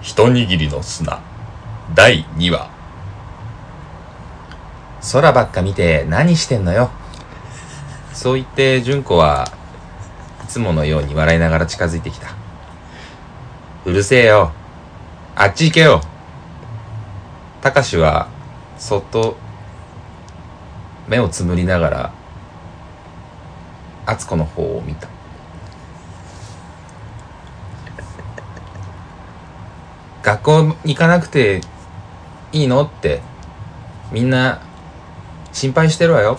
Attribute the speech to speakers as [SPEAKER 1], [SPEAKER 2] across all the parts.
[SPEAKER 1] 一握りの砂第2話
[SPEAKER 2] 空ばっか見て何してんのよ。そう言って純子はいつものように笑いながら近づいてきた。うるせえよ。あっち行けよ。たかしはそっと目をつむりながら敦子の方を見た。学校に行かなくていいのってみんな心配してるわよ。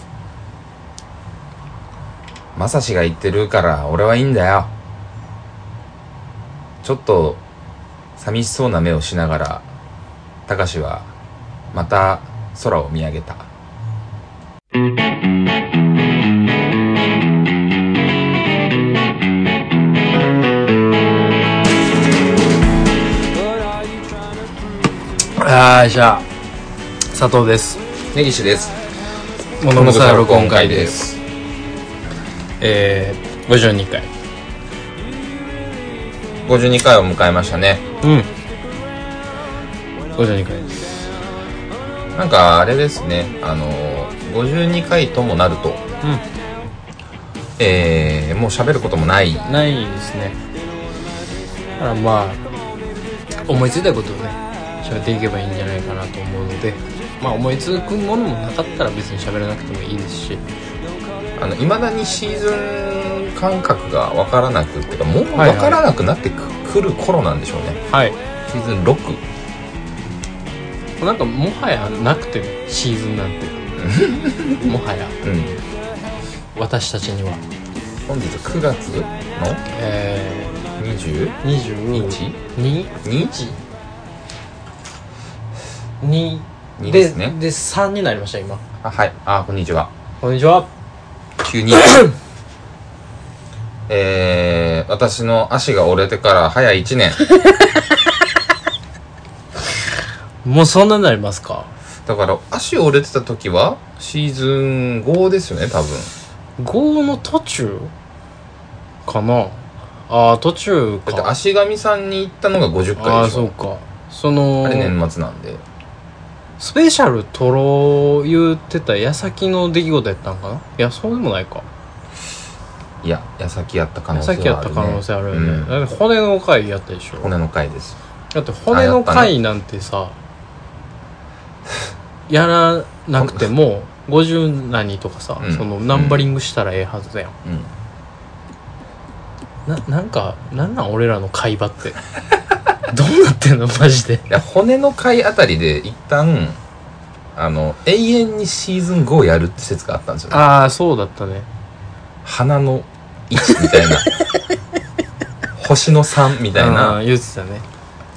[SPEAKER 2] まさしが言ってるから俺はいいんだよ。ちょっと寂しそうな目をしながら、たかしはまた空を見上げた。
[SPEAKER 3] はいじゃあ佐藤です
[SPEAKER 2] 根岸です。
[SPEAKER 3] 物語録音会です。えー、52回
[SPEAKER 2] 52回を迎えましたね。
[SPEAKER 3] うん52回です
[SPEAKER 2] なんかあれですね、あのー、52回ともなると、えー、もう喋ることもない。
[SPEAKER 3] うんないですねだからまあ思いついたことをね喋っていけばいいんじゃないかなと思うのでまあ思いつくものもなかったら別に喋らなくてもいいですし
[SPEAKER 2] あの、未だにシーズン感覚がわからなくってか、もう
[SPEAKER 3] はい
[SPEAKER 2] わ
[SPEAKER 3] はい
[SPEAKER 2] からなくなってく,、る頃なんでしょうね。
[SPEAKER 3] はい
[SPEAKER 2] シーズン6。
[SPEAKER 3] なんかもはやなくてもシーズンなん てもはや
[SPEAKER 2] うん。
[SPEAKER 3] 私たちには
[SPEAKER 2] 本日9月の
[SPEAKER 3] え
[SPEAKER 2] 20?
[SPEAKER 3] ー、22
[SPEAKER 2] 日
[SPEAKER 3] に
[SPEAKER 2] 日
[SPEAKER 3] に
[SPEAKER 2] にですね
[SPEAKER 3] で3になりました今
[SPEAKER 2] あはいあこんにちは
[SPEAKER 3] こんにちは
[SPEAKER 2] 急 にえー、私の足が折れてから早1年
[SPEAKER 3] もうそんなになりますか
[SPEAKER 2] だから足折れてた時はシーズン5ですよね多分
[SPEAKER 3] 5の途中かなああ途中
[SPEAKER 2] だって
[SPEAKER 3] か
[SPEAKER 2] 足神さんに行ったのが50
[SPEAKER 3] あ
[SPEAKER 2] 回
[SPEAKER 3] あ
[SPEAKER 2] でし
[SPEAKER 3] そう
[SPEAKER 2] ょ
[SPEAKER 3] かその
[SPEAKER 2] あれ年末なんで
[SPEAKER 3] スペシャル撮ろう言ってた矢先の出来事やったんかないやそうでもないか
[SPEAKER 2] いや矢先やった可
[SPEAKER 3] 矢
[SPEAKER 2] 能性はある、ね、
[SPEAKER 3] 先やった可能性あるよね、
[SPEAKER 2] うん
[SPEAKER 3] だって骨の回やったでしょ
[SPEAKER 2] 骨の回です
[SPEAKER 3] だって骨の回なんてさやらなくても50何とかさ、
[SPEAKER 2] うん
[SPEAKER 3] そのナンバリングしたらええはずだよ、
[SPEAKER 2] うん
[SPEAKER 3] ななんかなんなん俺らの会話って どうなってんのマジで
[SPEAKER 2] いや骨の回あたりで一旦あの永遠にシーズン5をやるって説があったんですよね
[SPEAKER 3] ああそうだったね
[SPEAKER 2] 花の位置みた いな星の3みたい
[SPEAKER 3] あ
[SPEAKER 2] な
[SPEAKER 3] ー言ってたね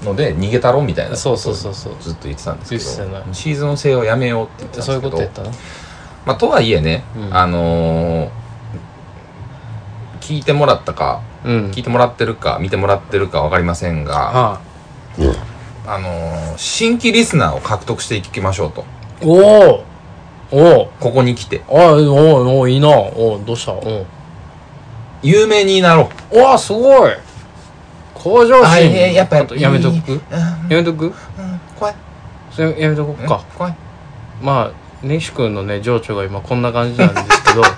[SPEAKER 2] ので逃げたろみたいな
[SPEAKER 3] そうそうそうそう
[SPEAKER 2] ずっと言ってたんですけど
[SPEAKER 3] 言ってたよ
[SPEAKER 2] シーズン制をやめようって言ってたんです
[SPEAKER 3] そう
[SPEAKER 2] け
[SPEAKER 3] いう
[SPEAKER 2] ど
[SPEAKER 3] ことやったな
[SPEAKER 2] まあ、とはいえね、
[SPEAKER 3] うん
[SPEAKER 2] あのー聞いてもらったか
[SPEAKER 3] うん
[SPEAKER 2] 聞いてもらってるか見てもらってるか分かりませんがあ、
[SPEAKER 3] あ
[SPEAKER 2] のー新規リスナーを獲得していきましょうと
[SPEAKER 3] ーおーおー
[SPEAKER 2] ここに来て
[SPEAKER 3] あーおーおーいいなおーどうしたおー
[SPEAKER 2] 有名になろう
[SPEAKER 3] おーすごい向上
[SPEAKER 2] あ
[SPEAKER 3] 心
[SPEAKER 2] いややっぱ
[SPEAKER 3] ちょとやめとく
[SPEAKER 2] うん
[SPEAKER 3] やめとく
[SPEAKER 2] うん怖い
[SPEAKER 3] それやめとこっか
[SPEAKER 2] うん怖い
[SPEAKER 3] まあ根岸君のね情緒が今こんな感じなんですけど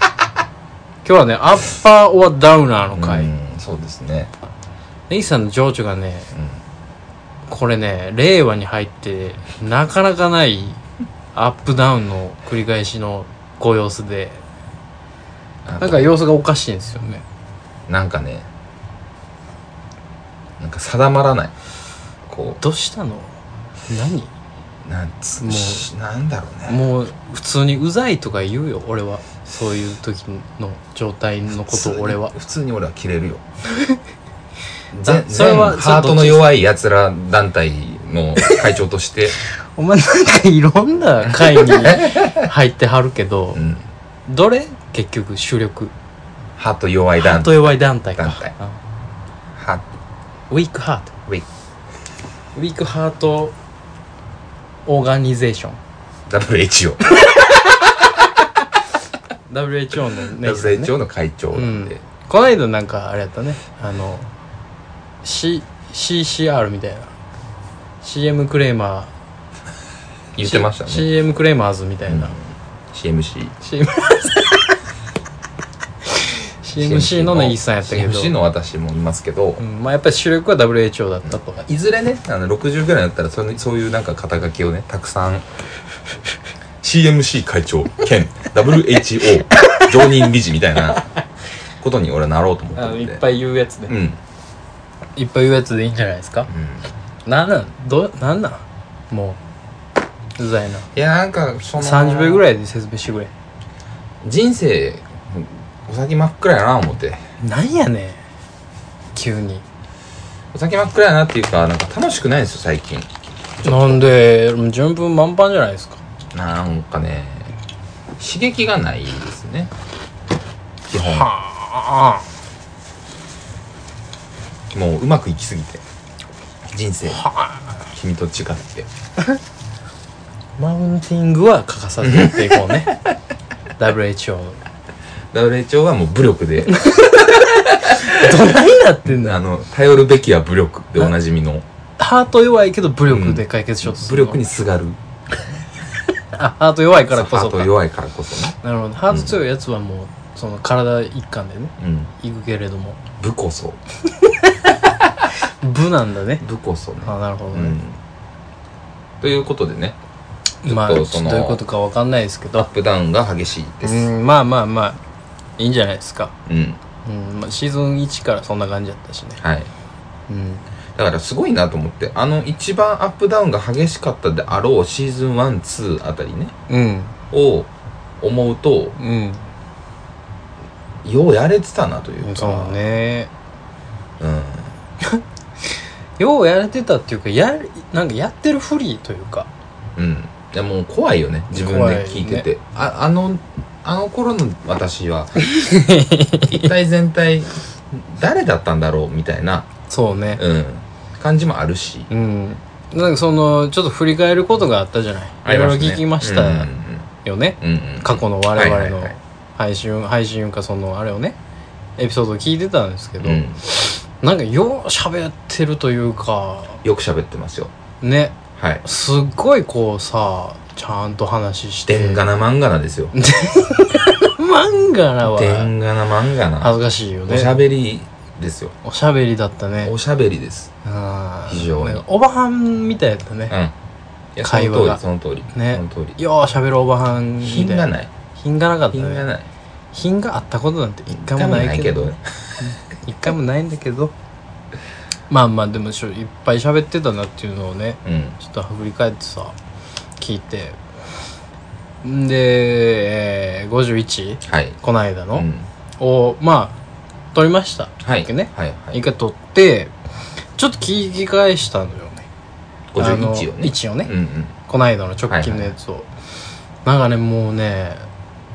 [SPEAKER 3] 今日はねアッパー・オア・ダウナーの回
[SPEAKER 2] うんそうですね
[SPEAKER 3] 根岸さんの情緒がね、これね令和に入ってなかなかないアップダウンの繰り返しのご様子でなんか様子がおかしいんですよね
[SPEAKER 2] なんかねなんか定まらないこ
[SPEAKER 3] どうしたの何
[SPEAKER 2] うなんつ
[SPEAKER 3] もう
[SPEAKER 2] しなんだろうね
[SPEAKER 3] もう普通にうざいとか言うよ俺はそういう時の状態のこ
[SPEAKER 2] 普通
[SPEAKER 3] と
[SPEAKER 2] に
[SPEAKER 3] 俺は
[SPEAKER 2] 普通に俺は切れる よ全
[SPEAKER 3] それ
[SPEAKER 2] 全
[SPEAKER 3] は
[SPEAKER 2] ハートの弱いやつら団体の会長として、
[SPEAKER 3] お前なんかいろんな回に入ってはるけど
[SPEAKER 2] うん、
[SPEAKER 3] どれ結局主力
[SPEAKER 2] ハート弱い
[SPEAKER 3] ハ
[SPEAKER 2] 団
[SPEAKER 3] ート
[SPEAKER 2] 体
[SPEAKER 3] 弱い団体か
[SPEAKER 2] 団体
[SPEAKER 3] あ
[SPEAKER 2] ハ
[SPEAKER 3] ウィークハート
[SPEAKER 2] ウィ
[SPEAKER 3] ウィークハートオーガニゼーション
[SPEAKER 2] WHO、
[SPEAKER 3] WHO のね
[SPEAKER 2] WHO の会長な
[SPEAKER 3] う
[SPEAKER 2] ん
[SPEAKER 3] ん
[SPEAKER 2] で、
[SPEAKER 3] この間なんかあれやったねあの、C、CCR みたいな CM クレーマー
[SPEAKER 2] 言ってましたね
[SPEAKER 3] C- CM クレーマーズみたいな、
[SPEAKER 2] CMC
[SPEAKER 3] CM CMC のねイーさんやったけど
[SPEAKER 2] CMC の私もいますけど、
[SPEAKER 3] うん、まあやっぱり主力は WHO だったと、
[SPEAKER 2] いずれねあの60ぐらいになったらそのそういうなんか肩書きをねたくさん CMC 会長兼 WHO 常任理事みたいなことに俺はなろうと思って
[SPEAKER 3] あ
[SPEAKER 2] る
[SPEAKER 3] の
[SPEAKER 2] ん
[SPEAKER 3] い
[SPEAKER 2] で
[SPEAKER 3] っぱい言うやつで、
[SPEAKER 2] うん、うん、
[SPEAKER 3] いっぱい言うやつでいいんじゃないですか、なんなんどうなんなんもううざいない
[SPEAKER 2] やなんかその
[SPEAKER 3] 30秒ぐ
[SPEAKER 2] い
[SPEAKER 3] らいで説明してくれ
[SPEAKER 2] 人生お先真っ暗やな思って
[SPEAKER 3] なんやねん急に
[SPEAKER 2] お先真っ暗やなっていうかなんか楽しくないんですよ最近
[SPEAKER 3] なんでもう順風満帆じゃないですか
[SPEAKER 2] なんかね刺激がないですね基本
[SPEAKER 3] はあ
[SPEAKER 2] もううまくいきすぎて人生君と違って
[SPEAKER 3] マウンティングは欠かさずやっていこう ね WHO ど
[SPEAKER 2] ダブル h o はもう武力で
[SPEAKER 3] ないなってんだ
[SPEAKER 2] あの頼るべきは武力でおなじみの
[SPEAKER 3] ハート弱いけど武力で解決しようとす
[SPEAKER 2] 武
[SPEAKER 3] るの、
[SPEAKER 2] 力にすがる
[SPEAKER 3] あハート弱いからこ
[SPEAKER 2] ハ
[SPEAKER 3] そ
[SPEAKER 2] ート
[SPEAKER 3] か
[SPEAKER 2] 弱いからこそね、
[SPEAKER 3] なるほどハート強いやつはもうその体一貫でね
[SPEAKER 2] うん、
[SPEAKER 3] いくけれども
[SPEAKER 2] 武こそ
[SPEAKER 3] 部なんだね
[SPEAKER 2] 武こそね、
[SPEAKER 3] あなるほど
[SPEAKER 2] うん
[SPEAKER 3] ね、、
[SPEAKER 2] ということでね
[SPEAKER 3] まあ
[SPEAKER 2] ち
[SPEAKER 3] ち
[SPEAKER 2] ょ
[SPEAKER 3] ょ
[SPEAKER 2] っと
[SPEAKER 3] っ
[SPEAKER 2] そ
[SPEAKER 3] と
[SPEAKER 2] の
[SPEAKER 3] どういうことかわかんないですけ
[SPEAKER 2] ア
[SPEAKER 3] ど
[SPEAKER 2] ップダウンが激しいです
[SPEAKER 3] うんまあまあまあいいんじゃないですか、
[SPEAKER 2] うん、
[SPEAKER 3] うんまあ、シーズン1からそんな感じだったしね
[SPEAKER 2] はい
[SPEAKER 3] うん
[SPEAKER 2] だからすごいなと思ってあの一番アップダウンが激しかったであろうシーズン12あたりね
[SPEAKER 3] うん
[SPEAKER 2] を思うと
[SPEAKER 3] うん
[SPEAKER 2] ようやれてたなというか
[SPEAKER 3] そうね
[SPEAKER 2] うん
[SPEAKER 3] ようやれてたっていうかやるなんかやってるフリーというか
[SPEAKER 2] うんでもう怖いよね自分で聞いてて、ああのあの頃の私 は一体全体誰だったんだろうみたいな、
[SPEAKER 3] そうね
[SPEAKER 2] うん、感じもあるし
[SPEAKER 3] うんなんかそのちょっと振り返ることがあったじゃないいろいろ聞きましたよね、
[SPEAKER 2] うんうんうん
[SPEAKER 3] 過去の我
[SPEAKER 2] は
[SPEAKER 3] 々
[SPEAKER 2] いはい
[SPEAKER 3] の
[SPEAKER 2] はい
[SPEAKER 3] 配信、配信かそのあれをねエピソードを聞いてたんですけど、
[SPEAKER 2] うん、
[SPEAKER 3] なんかよう喋ってるというか
[SPEAKER 2] よく喋ってますよ
[SPEAKER 3] ね
[SPEAKER 2] はい
[SPEAKER 3] すっごいこうさちゃんと話して
[SPEAKER 2] でんがな漫画なんですよ
[SPEAKER 3] マンガラ
[SPEAKER 2] で
[SPEAKER 3] は
[SPEAKER 2] んがな漫画な
[SPEAKER 3] 恥ずかしいよ
[SPEAKER 2] おしゃ
[SPEAKER 3] ね
[SPEAKER 2] べりですよ
[SPEAKER 3] おしゃべりだったね
[SPEAKER 2] おしゃべりです
[SPEAKER 3] あー
[SPEAKER 2] 非常に
[SPEAKER 3] なんかおばはんみたいだった
[SPEAKER 2] うん
[SPEAKER 3] ね
[SPEAKER 2] いや
[SPEAKER 3] 会話が
[SPEAKER 2] その通りその通り、
[SPEAKER 3] ね
[SPEAKER 2] その通り
[SPEAKER 3] ようしゃべるおばはんみたい
[SPEAKER 2] 品がない
[SPEAKER 3] 品がなかった
[SPEAKER 2] 品が
[SPEAKER 3] ね
[SPEAKER 2] ない
[SPEAKER 3] 品があったことなんて一回もないけど
[SPEAKER 2] ね
[SPEAKER 3] 一回もないんだけどまあまあでもしょいっぱい喋ってたなっていうのをね
[SPEAKER 2] うん
[SPEAKER 3] ちょっと振り返ってさ聞いてんで、えー、51
[SPEAKER 2] はい
[SPEAKER 3] こないだの、
[SPEAKER 2] うん
[SPEAKER 3] をまあ撮りました
[SPEAKER 2] はい
[SPEAKER 3] ね
[SPEAKER 2] はいはい
[SPEAKER 3] 一回撮ってちょっと聞き返したのよね
[SPEAKER 2] 51をね
[SPEAKER 3] 1を
[SPEAKER 2] う
[SPEAKER 3] ね、
[SPEAKER 2] んうん
[SPEAKER 3] こないだの直近のやつを、なんかねもうね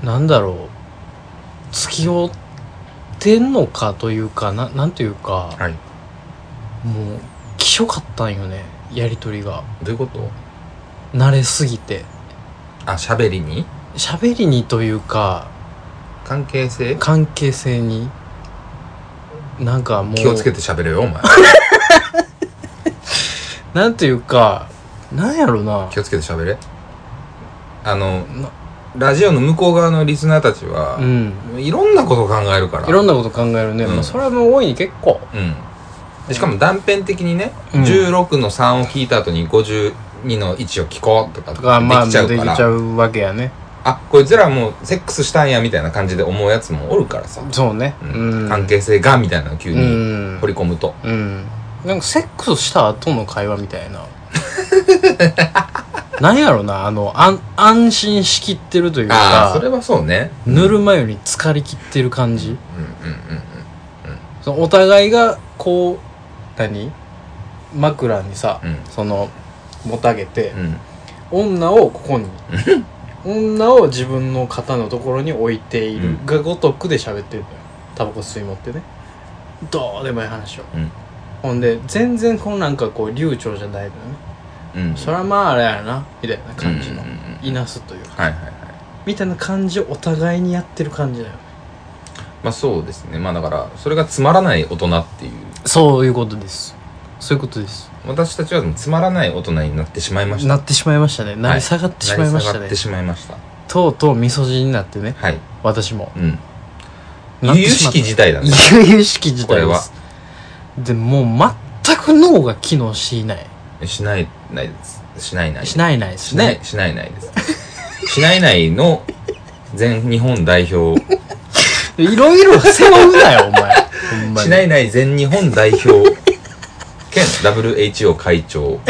[SPEAKER 3] なんだろう付き合ってんのかというかななんというか、
[SPEAKER 2] はい
[SPEAKER 3] もうきしょかったんよねやり取りが
[SPEAKER 2] どういうこと
[SPEAKER 3] 慣れすぎて
[SPEAKER 2] あ喋りに
[SPEAKER 3] 喋りにというか
[SPEAKER 2] 関係性
[SPEAKER 3] 関係性になんかもう
[SPEAKER 2] 気をつけて喋れよ お前
[SPEAKER 3] なんというかなんやろな
[SPEAKER 2] 気をつけて喋れあの
[SPEAKER 3] な
[SPEAKER 2] ラジオの向こう側のリスナーたちは
[SPEAKER 3] うん
[SPEAKER 2] いろんなことを考えるから
[SPEAKER 3] いろんなこと考えるね、
[SPEAKER 2] うん
[SPEAKER 3] まあ、それはもう大いに結構
[SPEAKER 2] うんでしかも断片的にね
[SPEAKER 3] うん
[SPEAKER 2] 16の3を聞いた後に52の1を聞こうとかで
[SPEAKER 3] とかまあ
[SPEAKER 2] きち
[SPEAKER 3] できち
[SPEAKER 2] ゃうか
[SPEAKER 3] ゃ
[SPEAKER 2] ら
[SPEAKER 3] うわけやね
[SPEAKER 2] あこいつらもうセックスしたんやみたいな感じで思うやつもおるからさ
[SPEAKER 3] そうね
[SPEAKER 2] う
[SPEAKER 3] うんん
[SPEAKER 2] 関係性がみたいなのを急
[SPEAKER 3] う
[SPEAKER 2] に
[SPEAKER 3] ん
[SPEAKER 2] 掘り込むと
[SPEAKER 3] うんなんかセックスした後の会話みたいな なんやろなあの安安心しきってるという
[SPEAKER 2] あ
[SPEAKER 3] か
[SPEAKER 2] あそれはそうね
[SPEAKER 3] ぬるま湯に浸かりきってる感じ、
[SPEAKER 2] うんうんうん
[SPEAKER 3] そのお互いがこう何枕にさ、
[SPEAKER 2] うん
[SPEAKER 3] そのもたげて
[SPEAKER 2] う、ん
[SPEAKER 3] 女をここに女を自分の肩のところに置いている
[SPEAKER 2] うん
[SPEAKER 3] がごとくで喋ってるのよタバコ吸い持ってねどうでもいい話を、
[SPEAKER 2] うん
[SPEAKER 3] ほんで全然こうなんかこう流暢じゃないのよね
[SPEAKER 2] うんうん
[SPEAKER 3] そらまああれやなみたいな感じの、
[SPEAKER 2] うんうんうん
[SPEAKER 3] いなすというか
[SPEAKER 2] はいはいはい
[SPEAKER 3] みたいな感じをお互いにやってる感じだよね
[SPEAKER 2] まあそうですねまあだからそれがつまらない大人っていう
[SPEAKER 3] そういうことですそういうことです
[SPEAKER 2] 私たちはつまらない大人になってしまいました
[SPEAKER 3] なってしまいましたね成り下がってしまいま
[SPEAKER 2] 成り
[SPEAKER 3] した
[SPEAKER 2] 下が
[SPEAKER 3] ね、
[SPEAKER 2] ってしまいました
[SPEAKER 3] とうとうみそ汁になってね
[SPEAKER 2] はい
[SPEAKER 3] 私も
[SPEAKER 2] うん
[SPEAKER 3] なって
[SPEAKER 2] 由々
[SPEAKER 3] しま
[SPEAKER 2] し
[SPEAKER 3] っ
[SPEAKER 2] き
[SPEAKER 3] た
[SPEAKER 2] 事態だね
[SPEAKER 3] 悠々しき事
[SPEAKER 2] これ
[SPEAKER 3] 態で
[SPEAKER 2] は
[SPEAKER 3] すでもう全く脳が機能していない
[SPEAKER 2] しないないですしないない
[SPEAKER 3] しないないです
[SPEAKER 2] しない
[SPEAKER 3] ね
[SPEAKER 2] しないないです しないないの全日本代表
[SPEAKER 3] いろいろ背負うなよお 前ほんまに
[SPEAKER 2] しないない全日本代表兼 WHO 会長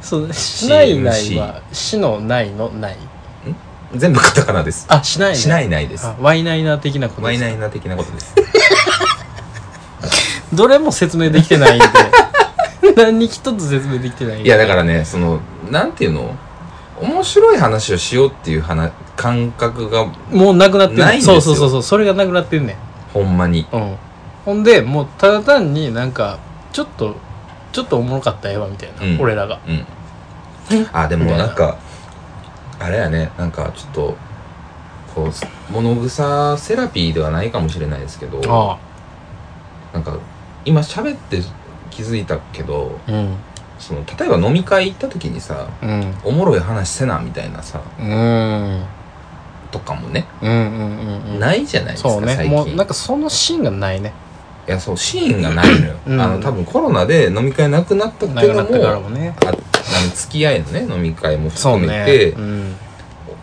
[SPEAKER 3] そうしないないはしのないのない
[SPEAKER 2] 全部カタカナです
[SPEAKER 3] あしない
[SPEAKER 2] しないないです
[SPEAKER 3] あワイナイナー的なこと
[SPEAKER 2] ワ
[SPEAKER 3] で
[SPEAKER 2] イ
[SPEAKER 3] す
[SPEAKER 2] ナイナ的なことです
[SPEAKER 3] どれも説明できてない んで何一つ説明できてない
[SPEAKER 2] いやだからねそのなんていうの面白い話をしようっていう話感覚が
[SPEAKER 3] もうなくなってんね
[SPEAKER 2] ないんです
[SPEAKER 3] そ
[SPEAKER 2] よ
[SPEAKER 3] うそうそうそうそれがなくなってんねん
[SPEAKER 2] ほんまに
[SPEAKER 3] うんほんでもうただ単になんかちょっとちょっとおもろかった絵はみたいな、
[SPEAKER 2] うん
[SPEAKER 3] 俺らが
[SPEAKER 2] うん
[SPEAKER 3] え
[SPEAKER 2] あでも
[SPEAKER 3] みたいな
[SPEAKER 2] なんかあれやねなんかちょっとこう物草セラピーではないかもしれないですけど
[SPEAKER 3] あ
[SPEAKER 2] なんか今喋って気づいたけど
[SPEAKER 3] あうん
[SPEAKER 2] その例えば飲み会行った時にさ
[SPEAKER 3] うん
[SPEAKER 2] おもろい話せなみたいなさ
[SPEAKER 3] うん
[SPEAKER 2] とかもね、
[SPEAKER 3] うんうんうんうん
[SPEAKER 2] ないじゃないですか
[SPEAKER 3] そうね
[SPEAKER 2] 最
[SPEAKER 3] も
[SPEAKER 2] 近
[SPEAKER 3] うなんかそのシーンがないね
[SPEAKER 2] いやそうシーンがないのよ、
[SPEAKER 3] うん
[SPEAKER 2] あの多分コロナで飲み会なくなったって
[SPEAKER 3] ないく
[SPEAKER 2] うの
[SPEAKER 3] なったから
[SPEAKER 2] も
[SPEAKER 3] もね
[SPEAKER 2] ああの付き合いのね飲み会も
[SPEAKER 3] そ
[SPEAKER 2] 含
[SPEAKER 3] う
[SPEAKER 2] め
[SPEAKER 3] ね
[SPEAKER 2] て、
[SPEAKER 3] うん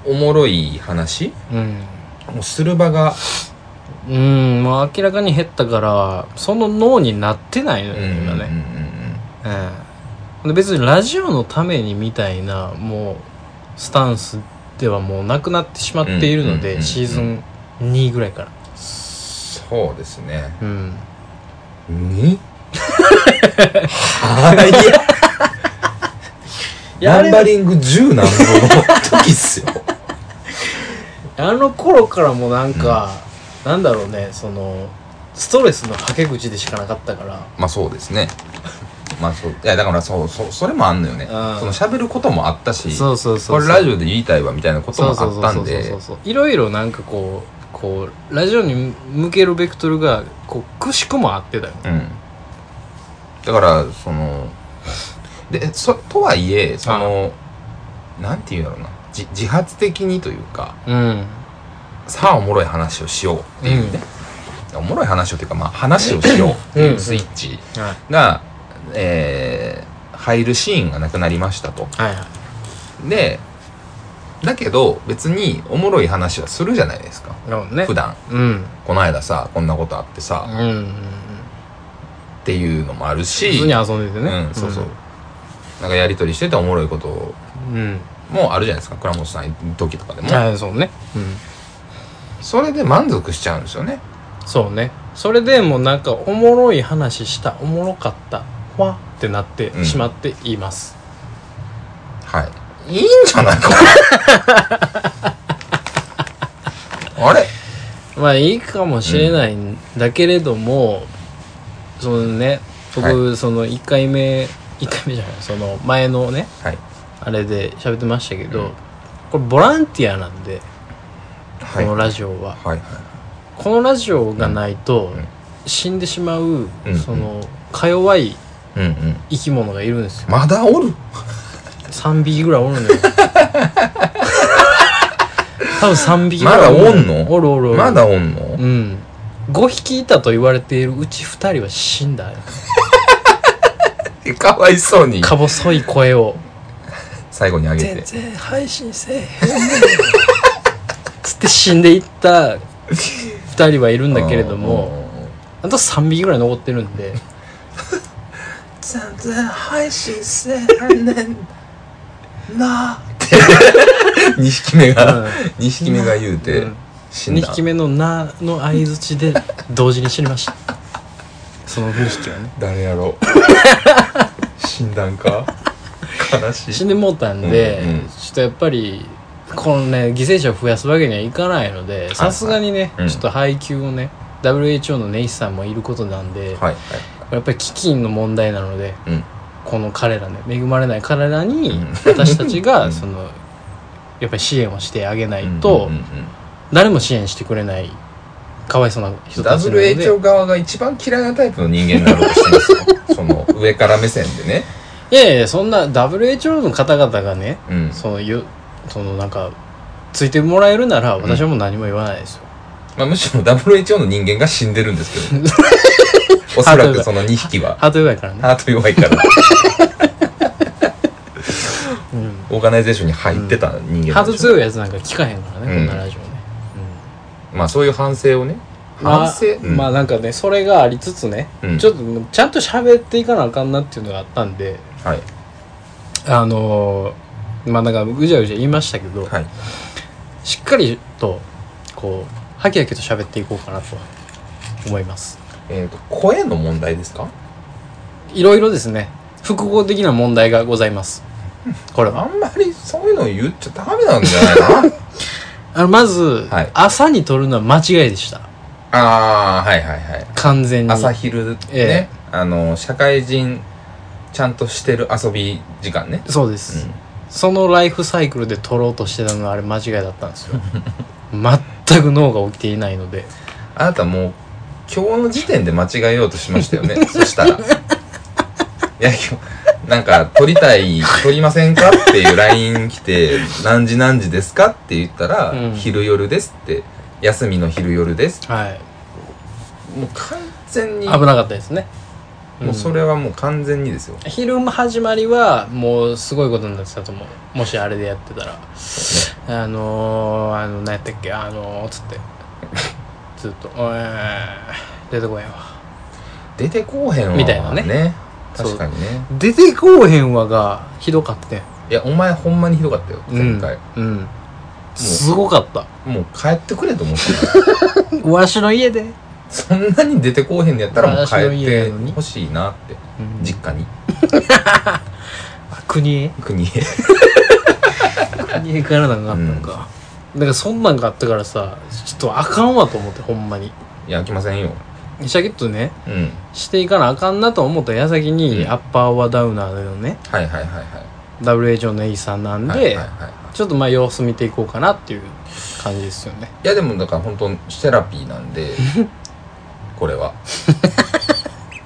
[SPEAKER 2] おもろい話
[SPEAKER 3] うん
[SPEAKER 2] もうする場が、
[SPEAKER 3] うんもう明らかに減ったからその脳になってないの
[SPEAKER 2] うん
[SPEAKER 3] よ
[SPEAKER 2] うんうん
[SPEAKER 3] 今ね、うん、で別にラジオのためにみたいなもうスタンスではもうなくなってしまっているの
[SPEAKER 2] うんうんうんう
[SPEAKER 3] で
[SPEAKER 2] ん
[SPEAKER 3] シーズン2ぐらいから
[SPEAKER 2] そうですね
[SPEAKER 3] うん
[SPEAKER 2] に はいやナンバリング10なんぼの時っ すよ
[SPEAKER 3] あの頃からもなんか、なんだろうねそのストレスのはけ口でしかなかったから
[SPEAKER 2] まあそうですねまあそういやだからそうそうそれもあんのよね
[SPEAKER 3] うん
[SPEAKER 2] その喋ることもあったし
[SPEAKER 3] そうそうそうそ
[SPEAKER 2] こ
[SPEAKER 3] う
[SPEAKER 2] れラジオで言いたいわみたいなこともあったん
[SPEAKER 3] そうそうそうそ
[SPEAKER 2] で
[SPEAKER 3] うそういろいろなんかこうこうラジオに向けるベクトルがこうくしくも合ってたよね
[SPEAKER 2] うんだからそのでそとはいえそのなんていうんだろうなじ自発的にというか
[SPEAKER 3] うん
[SPEAKER 2] さあおもろい話をしようっていうね、おもろい話をというかまあ話をしようっていうスイッチ
[SPEAKER 3] はい
[SPEAKER 2] が、えー入るシーンがなくなりましたと
[SPEAKER 3] はいはい
[SPEAKER 2] でだけど別におもろい話はするじゃないですか
[SPEAKER 3] なるほどね
[SPEAKER 2] 普段
[SPEAKER 3] うん
[SPEAKER 2] この間さこんなことあって
[SPEAKER 3] う
[SPEAKER 2] さ、
[SPEAKER 3] んうんうん
[SPEAKER 2] っていうのもあるし
[SPEAKER 3] 普通に遊んでてね
[SPEAKER 2] うん、そうそう、なんかやり取りしてておもろいこと
[SPEAKER 3] うん
[SPEAKER 2] もあるじゃないですか倉本さんの時とかでも、
[SPEAKER 3] はいそうねうん
[SPEAKER 2] それで満足しちゃうんですよね
[SPEAKER 3] そうねそれでもうなんかおもろい話したおもろかったわってなって
[SPEAKER 2] うん
[SPEAKER 3] しまっています、
[SPEAKER 2] はいいいんじゃないか あれ
[SPEAKER 3] まあいいかもしれないんだけれども、そのね僕、その1回目1回目じゃないその前のね
[SPEAKER 2] はい
[SPEAKER 3] あれで喋ってましたけど、
[SPEAKER 2] うん
[SPEAKER 3] これボランティアなんでこ
[SPEAKER 2] はい
[SPEAKER 3] のラジオは、
[SPEAKER 2] はいはい
[SPEAKER 3] このラジオがないと
[SPEAKER 2] うん
[SPEAKER 3] 死んでしまう、
[SPEAKER 2] うん
[SPEAKER 3] そのか弱い
[SPEAKER 2] うんうん
[SPEAKER 3] 生き物がいるんですよ
[SPEAKER 2] まだおる
[SPEAKER 3] 3匹ぐらいお るのよ多分3匹ぐらい
[SPEAKER 2] まだおんの
[SPEAKER 3] おるおるおる
[SPEAKER 2] まだおんの、
[SPEAKER 3] うん5匹いたと言われているうち2人は死んだ
[SPEAKER 2] えかわいそうに
[SPEAKER 3] か細い声を
[SPEAKER 2] 最後にあげ
[SPEAKER 3] 全
[SPEAKER 2] て
[SPEAKER 3] 然配信せえへんつって死んでいった2人はいるんだけれどもあと3匹ぐらい残ってるんで
[SPEAKER 2] 全然配信せえねんなって2匹目が、二2匹目が言うて、
[SPEAKER 3] うん
[SPEAKER 2] 死ん
[SPEAKER 3] 2
[SPEAKER 2] だ
[SPEAKER 3] 匹目の「な」の相づちで同時に死にました その2匹はね
[SPEAKER 2] 誰や ろ死んだんか悲しい
[SPEAKER 3] 死んでもうたんで、
[SPEAKER 2] うんうん
[SPEAKER 3] ちょっとやっぱりこのね犠牲者を増やすわけにはいかないのでさすがにね、
[SPEAKER 2] うん
[SPEAKER 3] ちょっと配給をね WHO のネイスさんもいることなんで、
[SPEAKER 2] はいはい
[SPEAKER 3] やっぱり基金の問題なので、
[SPEAKER 2] うん
[SPEAKER 3] この彼らね恵まれない彼らに
[SPEAKER 2] うん
[SPEAKER 3] 私たちが、
[SPEAKER 2] うん
[SPEAKER 3] そのやっぱり支援をしてあげないと、
[SPEAKER 2] うんうんうん
[SPEAKER 3] 誰も支援してくれないかわいそうな人たちなので
[SPEAKER 2] WHO 側が一番嫌いなタイプの人間になろうとしてますよ その上から目線でね
[SPEAKER 3] いやいやそんな WHO の方々がね
[SPEAKER 2] うん
[SPEAKER 3] そのゆそのなんかついてもらえるなら
[SPEAKER 2] ん
[SPEAKER 3] 私はもう何も言わないですよ、
[SPEAKER 2] まあ、むしろ WHO の人間が死んでるんです けどおそらくその2匹は
[SPEAKER 3] ハート弱いからね、
[SPEAKER 2] ハート弱いから
[SPEAKER 3] うん、
[SPEAKER 2] オーガナイゼーションに入ってた人間なんでしょう
[SPEAKER 3] ハート強いやつなんか聞かへんから
[SPEAKER 2] う
[SPEAKER 3] ね、
[SPEAKER 2] ん
[SPEAKER 3] こんなラジオね、
[SPEAKER 2] まあそういう反省をね
[SPEAKER 3] うん、ま
[SPEAKER 2] 反
[SPEAKER 3] あ
[SPEAKER 2] 省、うん
[SPEAKER 3] まあなんかねそれがありつつね、
[SPEAKER 2] うん
[SPEAKER 3] ちょっともうちゃんと喋っていかなあかんなっていうのがあったんで
[SPEAKER 2] はい
[SPEAKER 3] あのー、まあなんかぐじゃぐじゃ言いましたけど、
[SPEAKER 2] はい
[SPEAKER 3] しっかりとこうはきはきと喋っていこうかなと思います
[SPEAKER 2] えっ、と声の問題ですか
[SPEAKER 3] いろいろですね複合的な問題がございますこれは
[SPEAKER 2] あんまりそういうの言っちゃダメなんじゃ ないかな
[SPEAKER 3] あのまず、
[SPEAKER 2] はい
[SPEAKER 3] 朝に撮るのは間違いでした
[SPEAKER 2] ああはいはいはい
[SPEAKER 3] 完全に
[SPEAKER 2] 朝昼ね、
[SPEAKER 3] え
[SPEAKER 2] あの社会人ちゃんとしてる遊び時間ね
[SPEAKER 3] そうです、そのライフサイクルで撮ろうとしてたのはあれ間違いだったんですよ 全く脳が起きていないので
[SPEAKER 2] あなたもう今日の時点で間違えようとしましたよね そしたらいや今日なんか「撮りたい撮りませんか?」っていう LINE 来て 「何時何時ですか?」って言ったら「
[SPEAKER 3] うん
[SPEAKER 2] 昼夜です」って「休みの昼夜です
[SPEAKER 3] はい」
[SPEAKER 2] もう完全に
[SPEAKER 3] 危なかったですね
[SPEAKER 2] もうそれはもう完全にですよ、
[SPEAKER 3] 昼間始まりはもうすごいことになってたと思うもしあれでやってたらあのー、あの何やったっけあのー、つって ずっと「おい出てこへんわ
[SPEAKER 2] 出てこうへんわ
[SPEAKER 3] みたいなねそ
[SPEAKER 2] 確
[SPEAKER 3] う
[SPEAKER 2] かにね」
[SPEAKER 3] 出てこうへんわがひどかったよ
[SPEAKER 2] いやお前ほんまにひどかったよ前回、
[SPEAKER 3] うん、うん、すごかった
[SPEAKER 2] もう帰ってくれと思ってた
[SPEAKER 3] わしの家で、
[SPEAKER 2] そんなに出てこうへんのやったらもう帰ってほしいなって
[SPEAKER 3] うん
[SPEAKER 2] 実家に
[SPEAKER 3] あ国へ
[SPEAKER 2] 国へ
[SPEAKER 3] 国へ帰らなあかんのか、だからそんなんがあったからさちょっとあかんわと思ってほんまに
[SPEAKER 2] いや、来ませんよ。
[SPEAKER 3] シャキッとね
[SPEAKER 2] うん。
[SPEAKER 3] していかなあかんなと思った矢先に、
[SPEAKER 2] うん
[SPEAKER 3] アッパーはダウナーのね
[SPEAKER 2] はいはいはいは
[SPEAKER 3] WHO の A さんなんで、
[SPEAKER 2] い。はいはいはい、
[SPEAKER 3] ちょっとまあ様子見ていこうかなっていう感じですよね
[SPEAKER 2] いや、でもだから本当、セラピーなん で、これは。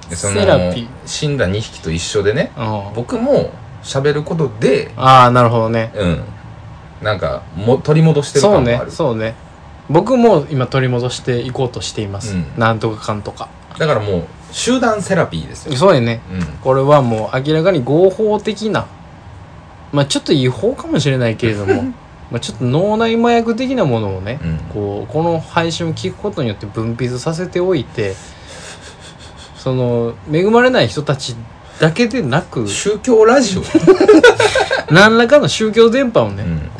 [SPEAKER 2] でその
[SPEAKER 3] セラピー、
[SPEAKER 2] 死んだ2匹と一緒でね、
[SPEAKER 3] あ
[SPEAKER 2] 僕も喋ることで、
[SPEAKER 3] あーなるほどね
[SPEAKER 2] うん。なんか、も、取り戻してる
[SPEAKER 3] そう
[SPEAKER 2] 感も
[SPEAKER 3] ね
[SPEAKER 2] ある。
[SPEAKER 3] そうね僕も今取り戻していこうとしています、
[SPEAKER 2] うん
[SPEAKER 3] なんとかかんとか
[SPEAKER 2] だからもう、集団セラピーですよ。
[SPEAKER 3] そうやね
[SPEAKER 2] うん。
[SPEAKER 3] これはもう明らかに合法的なまあちょっと違法かもしれないけ れどもまあちょっと脳内麻薬的なものをね、
[SPEAKER 2] うん。
[SPEAKER 3] こうこの配信を聞くことによって分泌させておいてその恵まれない人たちだけで なく
[SPEAKER 2] 宗教ラジオ、
[SPEAKER 3] 何らかの宗教伝播をね、
[SPEAKER 2] うん、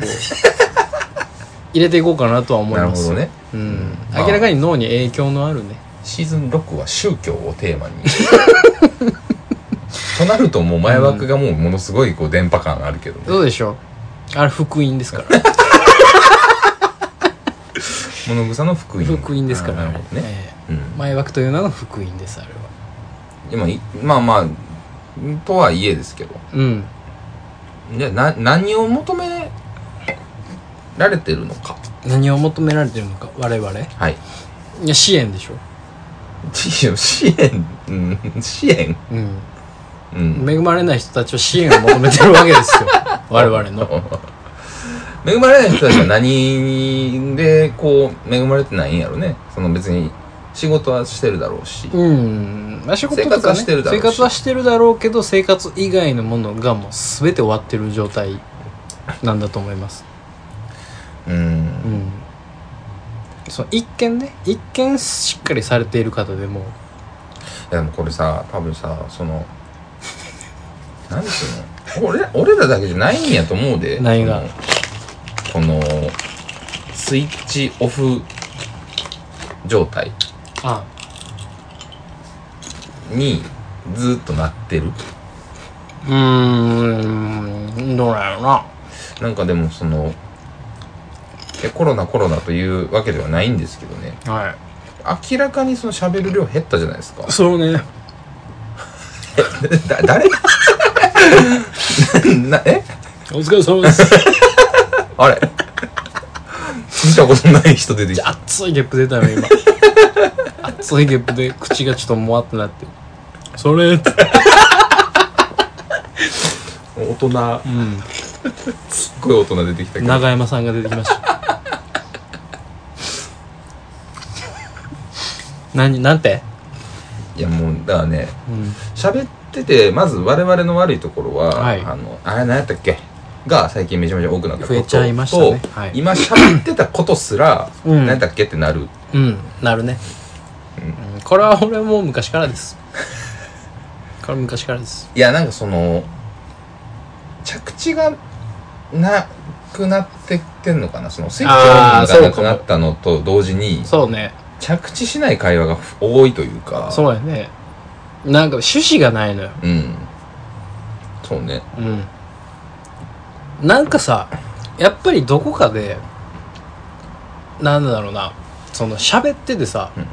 [SPEAKER 3] 入れていこうかなとは思い
[SPEAKER 2] なる
[SPEAKER 3] ま
[SPEAKER 2] ほ
[SPEAKER 3] す
[SPEAKER 2] どね。
[SPEAKER 3] うん
[SPEAKER 2] まあ
[SPEAKER 3] 明らかに脳に影響のあるね
[SPEAKER 2] シーズン6は宗教をテーマに となるともう前枠がもうものすごいこう電波感あるけどね、
[SPEAKER 3] どうでしょうあれ福音ですから
[SPEAKER 2] 物草の福音
[SPEAKER 3] 福音ですか
[SPEAKER 2] あ
[SPEAKER 3] ら
[SPEAKER 2] ーなるほどね、
[SPEAKER 3] え
[SPEAKER 2] うん
[SPEAKER 3] え前枠という名の福音ですあれは
[SPEAKER 2] 今いまあまあとはいえですけど
[SPEAKER 3] うん
[SPEAKER 2] じゃあな何を求められてるのか
[SPEAKER 3] 何を求められてるのか我々
[SPEAKER 2] はい
[SPEAKER 3] いや支援でしょ
[SPEAKER 2] いや支援、うん、支援、
[SPEAKER 3] うん
[SPEAKER 2] うん、
[SPEAKER 3] 恵まれない人たちは支援を求めてるわけです よ我々の
[SPEAKER 2] 恵まれない人たちは何でこう恵まれてないんやろねその別に仕事はしてるだろうし、
[SPEAKER 3] うん、まあ、仕事
[SPEAKER 2] 生
[SPEAKER 3] と
[SPEAKER 2] 活
[SPEAKER 3] か、
[SPEAKER 2] は
[SPEAKER 3] ね、
[SPEAKER 2] してるだろうし
[SPEAKER 3] 生活はしてるだろうけど生活以外のものがもう全て終わってる状態なんだと思います
[SPEAKER 2] うん
[SPEAKER 3] うんその一見ね一見しっかりされている方でも
[SPEAKER 2] いやでもこれさ多分さその何ていうの俺俺らだけじゃないんやと思うで
[SPEAKER 3] 何が
[SPEAKER 2] そのこのスイッチオフ状態
[SPEAKER 3] あ
[SPEAKER 2] にずっとなってる
[SPEAKER 3] うーんどうなんやろな
[SPEAKER 2] なんかでもそのえコロナコロナというわけではないんですけどね
[SPEAKER 3] は
[SPEAKER 2] 明らかにその喋る量減ったじゃないですか
[SPEAKER 3] そうね
[SPEAKER 2] だ誰 なえ
[SPEAKER 3] お疲れ様です
[SPEAKER 2] あれ見たことない人出てきた
[SPEAKER 3] 熱いゲップ出たよ今そういうゲップで口がちょっともわってなってそれっつって
[SPEAKER 2] 大人
[SPEAKER 3] うん
[SPEAKER 2] すっごい大人出てきたけど
[SPEAKER 3] 長山さんが出てきました 何なんて
[SPEAKER 2] いやもうだからね
[SPEAKER 3] うん
[SPEAKER 2] 喋っててまず我々の悪いところは、
[SPEAKER 3] はい
[SPEAKER 2] あのあれ何やったっけが最近めちゃめちゃ多くなったこと
[SPEAKER 3] 増えちゃいましたね
[SPEAKER 2] と
[SPEAKER 3] はい
[SPEAKER 2] 今喋ってたことすら、
[SPEAKER 3] うん
[SPEAKER 2] 何やったっけってなる
[SPEAKER 3] うんなるね、うん、これは俺もう昔から ですこれ昔からです
[SPEAKER 2] いやなんかその着地がなくなってってんのかなそのスイッチ
[SPEAKER 3] あー
[SPEAKER 2] オンがな
[SPEAKER 3] そ
[SPEAKER 2] く
[SPEAKER 3] うかも
[SPEAKER 2] なったのと同時に
[SPEAKER 3] そうね
[SPEAKER 2] 着地しない会話が多いというか
[SPEAKER 3] そうやねなんか趣旨がないのよ
[SPEAKER 2] うんそうね
[SPEAKER 3] うんなんかさやっぱりどこかでなんだろうなその喋っててさ、
[SPEAKER 2] うん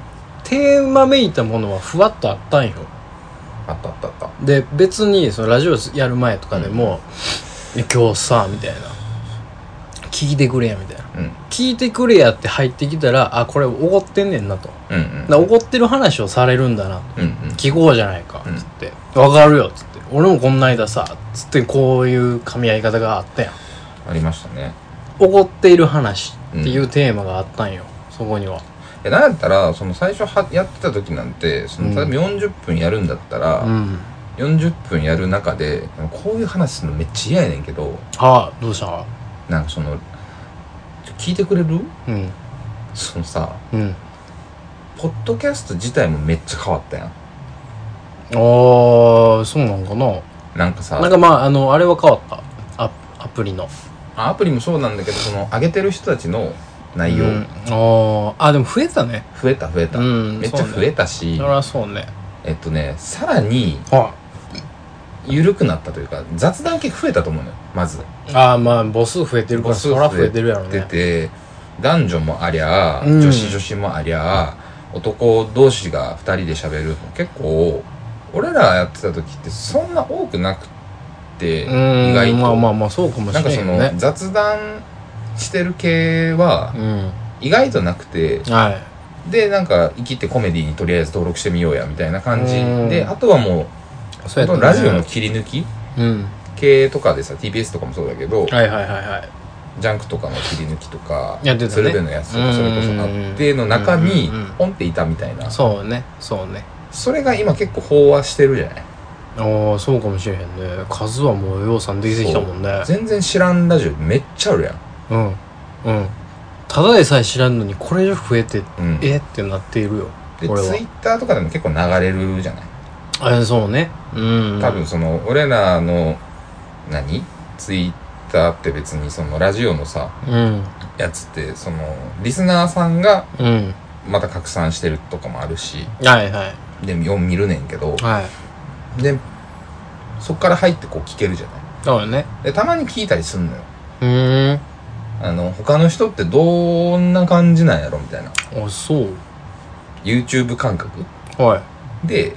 [SPEAKER 3] テーマめいたものはふわっとあったんよ
[SPEAKER 2] あったあったあった
[SPEAKER 3] で別にそのラジオやる前とかでも「いや今日さ」みたいな「聞いてくれや」みたいな
[SPEAKER 2] うん
[SPEAKER 3] 「聞いてくれや」って入ってきたらあこれ怒ってんねんなと
[SPEAKER 2] うんうん
[SPEAKER 3] 怒ってる話をされるんだなと
[SPEAKER 2] うん
[SPEAKER 3] 聞こうじゃないか
[SPEAKER 2] うん
[SPEAKER 3] つって「わかるよ」つって「俺もこんな間さ」つってこういう噛み合い方があったやん
[SPEAKER 2] うんありましたね
[SPEAKER 3] 怒っている話っていうテーマがあったんよ、そこには
[SPEAKER 2] えなんやったらその最初はやってた時なんてその
[SPEAKER 3] うん
[SPEAKER 2] 例えば40分やるんだったら、
[SPEAKER 3] うん
[SPEAKER 2] 40分やる中でこういう話するのめっちゃ嫌やねんけど
[SPEAKER 3] ああどうした
[SPEAKER 2] なんかそのちょ聞いてくれる
[SPEAKER 3] うん
[SPEAKER 2] そのさ
[SPEAKER 3] うん
[SPEAKER 2] ポッドキャスト自体もめっちゃ変わったやん
[SPEAKER 3] ああそうなんかな
[SPEAKER 2] なんかさ
[SPEAKER 3] なんかまああのあれは変わったアアプリの
[SPEAKER 2] あアプリもそうなんだけどその上げてる人たちの内容、
[SPEAKER 3] うんあああでも増えたね
[SPEAKER 2] 増えた増えた、
[SPEAKER 3] うん
[SPEAKER 2] めっちゃ増えたし、
[SPEAKER 3] そりゃそうね
[SPEAKER 2] えっとねさらに
[SPEAKER 3] は
[SPEAKER 2] 緩くなったというか雑談系増えたと思うのよまず
[SPEAKER 3] ああまあ母数増えてるから
[SPEAKER 2] 母数
[SPEAKER 3] そりゃ増えてるやろ
[SPEAKER 2] 出
[SPEAKER 3] ね
[SPEAKER 2] て男女もありゃ、
[SPEAKER 3] うん
[SPEAKER 2] 女子女子もありゃ男同士が2人で喋るの結構俺らやってた時ってそんな多くなくて意
[SPEAKER 3] うん
[SPEAKER 2] 外と、
[SPEAKER 3] まあまあまあそうかもし
[SPEAKER 2] な
[SPEAKER 3] れ
[SPEAKER 2] んか
[SPEAKER 3] ない
[SPEAKER 2] そ
[SPEAKER 3] よ
[SPEAKER 2] の、
[SPEAKER 3] ね
[SPEAKER 2] 雑談してる系は
[SPEAKER 3] う
[SPEAKER 2] 意外となくて
[SPEAKER 3] んはい
[SPEAKER 2] でなんか生きてコメディにとりあえず登録してみようやみたいな感じ
[SPEAKER 3] うん
[SPEAKER 2] であとはもう
[SPEAKER 3] そ
[SPEAKER 2] ほ
[SPEAKER 3] うや
[SPEAKER 2] と
[SPEAKER 3] っ
[SPEAKER 2] んど
[SPEAKER 3] た
[SPEAKER 2] ラジオの切り抜き
[SPEAKER 3] うん
[SPEAKER 2] 系とかでさ TBS とかもそうだけど、
[SPEAKER 3] はいはいはいはい
[SPEAKER 2] ジャンクとかの切り抜きとか、
[SPEAKER 3] やってたね
[SPEAKER 2] 鶴瓶のやつとか、それこそあっての中に
[SPEAKER 3] うんうんうんうん、
[SPEAKER 2] ポンっていたみたいな。
[SPEAKER 3] そうねそうね
[SPEAKER 2] それが今結構飽和してるじゃない
[SPEAKER 3] ああそうかもしれへんね数はもうようさんできてきたもんね
[SPEAKER 2] 全然知らんラジオめっちゃあるやん。
[SPEAKER 3] うんうんただでさえ知らんのにこれ以上増えて
[SPEAKER 2] うん。で、
[SPEAKER 3] えってなっているよ
[SPEAKER 2] ツイ
[SPEAKER 3] これは
[SPEAKER 2] ッターとかでも結構流れるじゃない
[SPEAKER 3] あそうねうん
[SPEAKER 2] 多分その、俺らの、何ツイッターって別にそのラジオのさ、
[SPEAKER 3] うん
[SPEAKER 2] やつって、その、リスナーさんが
[SPEAKER 3] うん
[SPEAKER 2] また拡散してるとかもあるし、
[SPEAKER 3] はいはい
[SPEAKER 2] で、よう見るねんけど、
[SPEAKER 3] はい
[SPEAKER 2] で、そっから入ってこう聞けるじゃない
[SPEAKER 3] そうよね
[SPEAKER 2] で、たまに聞いたりすんのよ。
[SPEAKER 3] うーん
[SPEAKER 2] あの、他の人ってどんな感じなんやろみたいな。
[SPEAKER 3] あそう
[SPEAKER 2] YouTube 感覚
[SPEAKER 3] はい
[SPEAKER 2] で、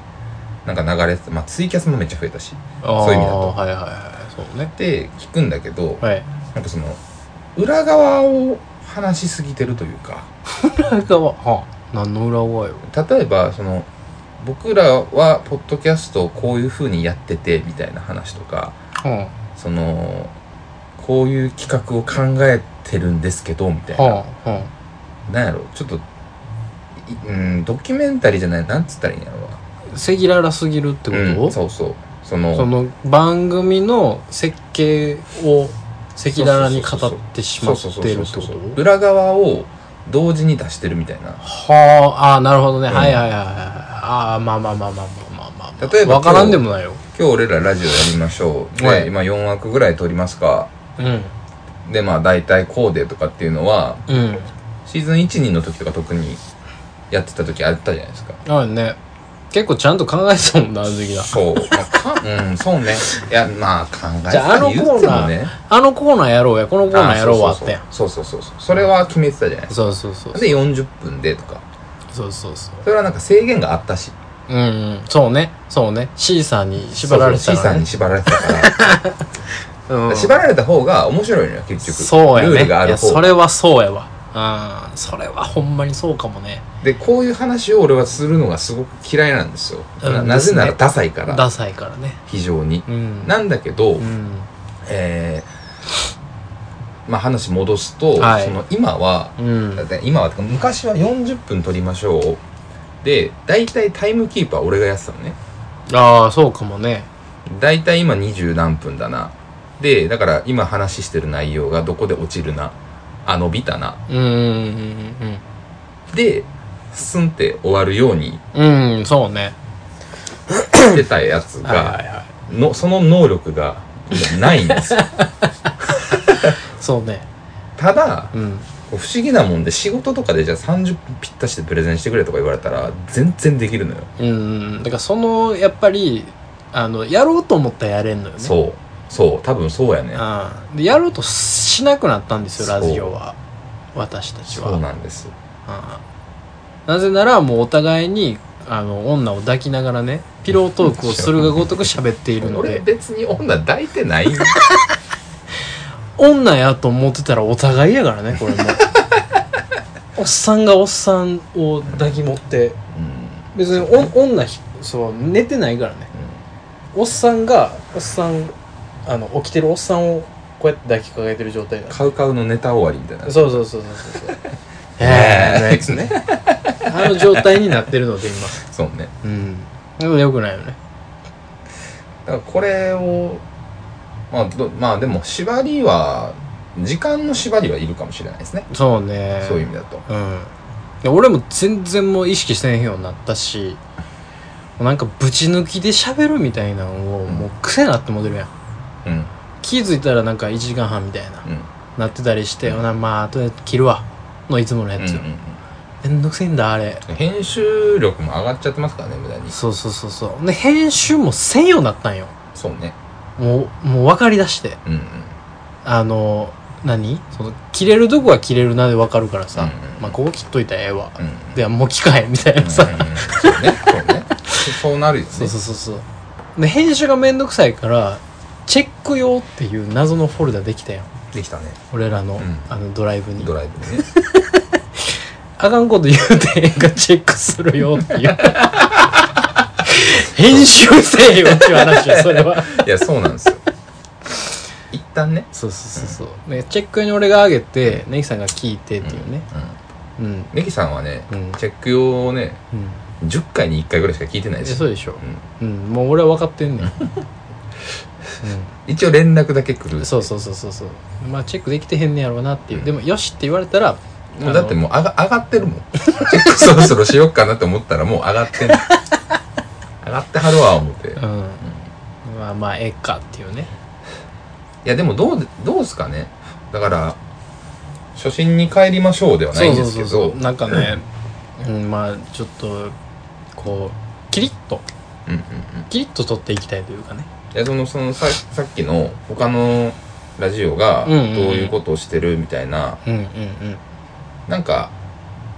[SPEAKER 2] なんか流れてて、まあツイキャスもめっちゃ増えたし。
[SPEAKER 3] あ
[SPEAKER 2] そういう意味だと
[SPEAKER 3] ーはいはいはいそうね
[SPEAKER 2] で、聞くんだけど、
[SPEAKER 3] はい
[SPEAKER 2] なんかその、裏側を話しすぎてるというか、
[SPEAKER 3] 裏側はあ何の裏側よ
[SPEAKER 2] 例えば、その、僕らは、ポッドキャストをこういう風にやってて、みたいな話とか、
[SPEAKER 3] は
[SPEAKER 2] その、こういう企画を考えてるんですけど、みたい
[SPEAKER 3] あ
[SPEAKER 2] な。
[SPEAKER 3] はあは
[SPEAKER 2] なんやろちょっと、いうん、ドキュメンタリーじゃない、なんつったらいいんやろな。
[SPEAKER 3] あ赤裸々すぎるってこと、
[SPEAKER 2] うん、そうそうその
[SPEAKER 3] その番組の設計を赤裸々に語ってしま
[SPEAKER 2] そう
[SPEAKER 3] っ
[SPEAKER 2] そうそう
[SPEAKER 3] てる
[SPEAKER 2] そ
[SPEAKER 3] っ
[SPEAKER 2] う
[SPEAKER 3] てこと
[SPEAKER 2] 裏側を同時に出してるみたいな
[SPEAKER 3] はあ、ああ、なるほどね。
[SPEAKER 2] うん
[SPEAKER 3] はいはいはいはい。ああ、まあまあまあまあまあまあまあ。
[SPEAKER 2] 例えば
[SPEAKER 3] わからんでもないよ。
[SPEAKER 2] 今日俺らラジオやりましょうで、
[SPEAKER 3] はい
[SPEAKER 2] 今4枠ぐらい撮りますか
[SPEAKER 3] うん。
[SPEAKER 2] でまあ大体こうでとかっていうのは
[SPEAKER 3] うん。
[SPEAKER 2] シーズン12の時とか特にやってた時あったじゃないですか
[SPEAKER 3] あるね。結構ちゃんと考えてたもんな、あの時は。
[SPEAKER 2] そう、まあかうんそうねいやまあ考え
[SPEAKER 3] じゃああの
[SPEAKER 2] たり言ってもね
[SPEAKER 3] あのコーナーやろうや、このコーナーやろうはあ
[SPEAKER 2] あ
[SPEAKER 3] ったやん。
[SPEAKER 2] そうそうそうそうそうそうそうそれは決めてたじゃないです
[SPEAKER 3] そうそうそう
[SPEAKER 2] か。で40分でとか
[SPEAKER 3] そうそうそう。
[SPEAKER 2] それはなんか制限があったし
[SPEAKER 3] うんうん。そうね。そうね。C さんに縛られてた
[SPEAKER 2] そうそう C
[SPEAKER 3] か
[SPEAKER 2] さん
[SPEAKER 3] らね
[SPEAKER 2] に。縛られてたから
[SPEAKER 3] うん
[SPEAKER 2] 縛られた方が面白いのよ結局
[SPEAKER 3] そうやね。
[SPEAKER 2] ルールがあ
[SPEAKER 3] い
[SPEAKER 2] る
[SPEAKER 3] や、
[SPEAKER 2] 方
[SPEAKER 3] それはそうやわ。あそれはほんまにそうかもね
[SPEAKER 2] でこういう話を俺はするのがすごく嫌いなんですよ、
[SPEAKER 3] うん
[SPEAKER 2] ななぜなら
[SPEAKER 3] ですね
[SPEAKER 2] ダサいから、
[SPEAKER 3] ダサいからね
[SPEAKER 2] 非常に
[SPEAKER 3] うん
[SPEAKER 2] なんだけど、
[SPEAKER 3] うん
[SPEAKER 2] えーまあ話戻すと、
[SPEAKER 3] はい
[SPEAKER 2] その今は
[SPEAKER 3] うん
[SPEAKER 2] だって今は昔は40分撮りましょうで大体タイムキーパー俺がやってたのね
[SPEAKER 3] ああそうかもね
[SPEAKER 2] 大体今20何分だなでだから今話してる内容がどこで落ちるなあ伸びたな
[SPEAKER 3] うんうん
[SPEAKER 2] でスンって終わるように
[SPEAKER 3] うんうんうんそうね
[SPEAKER 2] してたやつ
[SPEAKER 3] はい
[SPEAKER 2] が
[SPEAKER 3] はいはい
[SPEAKER 2] のその能力が今ないん ですよ
[SPEAKER 3] そうね
[SPEAKER 2] ただ
[SPEAKER 3] うん
[SPEAKER 2] こう不思議なもんで仕事とかでじゃあ30分ぴったしでプレゼンしてくれとか言われたら全然できるのよ、
[SPEAKER 3] うんうんだからそのやっぱりあのやろうと思ったらやれんのよねう
[SPEAKER 2] そうそう多分そうやね
[SPEAKER 3] あでやろうとしなくなったんですよ
[SPEAKER 2] そう
[SPEAKER 3] ラジオは私たちは
[SPEAKER 2] そうなんです
[SPEAKER 3] ああなぜならもうお互いにあの女を抱きながらねピロートークをするがごとく喋っているの
[SPEAKER 2] 俺
[SPEAKER 3] で
[SPEAKER 2] 別に女抱いてない
[SPEAKER 3] 女やと思ってたらお互いやからねこれ もおっさんがおっさんを抱き持って
[SPEAKER 2] うん
[SPEAKER 3] 別にお女ひそう寝てないからね、おっさんがおっさんあの起きてるおっさんをこうやって抱きかかえてる状態なの
[SPEAKER 2] カウカウのネタ終わりみたいな
[SPEAKER 3] そうそう そうそうそうそうええのやつねあの状態になってるので今
[SPEAKER 2] そうね
[SPEAKER 3] うんでもよくないよね
[SPEAKER 2] だからこれをまあどまあでも縛りは時間の縛りはいるかもしれないですね、
[SPEAKER 3] そうね
[SPEAKER 2] そういう意味だと
[SPEAKER 3] うんで俺も全然もう意識してへんようになったしもうなんかぶち抜きで喋るみたいなのを
[SPEAKER 2] ん
[SPEAKER 3] もう癖になってモデルや
[SPEAKER 2] う
[SPEAKER 3] ん
[SPEAKER 2] ん
[SPEAKER 3] 気づいたらなんか1時間半みたいな、
[SPEAKER 2] うん
[SPEAKER 3] なってたりして、ほなまああとで切るわのいつものや
[SPEAKER 2] うん
[SPEAKER 3] つ、
[SPEAKER 2] うん
[SPEAKER 3] めんどくせえんだあれ
[SPEAKER 2] うん編集力も上がっちゃってますからね無駄に
[SPEAKER 3] そうそうそうそうで編集もせんようになったんよ
[SPEAKER 2] そうね
[SPEAKER 3] もうもう分かりだして
[SPEAKER 2] うんうん
[SPEAKER 3] あの何その切れるとこは切れるなで分かるからさ、
[SPEAKER 2] うんうん
[SPEAKER 3] まあここ切っといたらええわ、
[SPEAKER 2] うん
[SPEAKER 3] ではもう聞かへんみたいなさ、
[SPEAKER 2] うんうんそうねそうねそそうなるよね
[SPEAKER 3] そうそうそうそうで編集がめんどくさいからチェック用っていう謎のフォルダできたよ
[SPEAKER 2] できたね
[SPEAKER 3] 俺らの、
[SPEAKER 2] ん
[SPEAKER 3] あのドライブに
[SPEAKER 2] ドライブでね
[SPEAKER 3] あかんこと言うてへんがチェックするよっていう編集せえよっていう話よそれは
[SPEAKER 2] いやそうなんですよ一旦ね
[SPEAKER 3] そうそうそうそう、ね、チェック用に俺が上げてネギさんが聞いてっていうねうんうん、
[SPEAKER 2] ネギさんはね、
[SPEAKER 3] うん
[SPEAKER 2] チェック用をね10回に1回ぐらいしか聞いてない
[SPEAKER 3] え
[SPEAKER 2] です
[SPEAKER 3] そうでしょ、うんもう俺は分かってんねん、う
[SPEAKER 2] 一応連絡だけ来る
[SPEAKER 3] ん、そうそうそうそうそうまあチェックできてへんねやろうなっていう、でもよしって言われたら
[SPEAKER 2] もうだってもう上が上がってるもんそろそろしよっかなって思ったらもう上がってんの上がってはるわ思ってい
[SPEAKER 3] うん、まあまあええかっていうね
[SPEAKER 2] やでもどうでどうすかねだから初心に帰りましょうではないんですけど
[SPEAKER 3] なんかね、 うん、まあちょっとこうキリッと
[SPEAKER 2] うんうんうん
[SPEAKER 3] キリッと取っていきたいというかね
[SPEAKER 2] いやそのそのささっきの他のラジオが
[SPEAKER 3] う
[SPEAKER 2] どうん
[SPEAKER 3] うんうん
[SPEAKER 2] いうことをしてるみたいな、
[SPEAKER 3] うんうんうん
[SPEAKER 2] なんか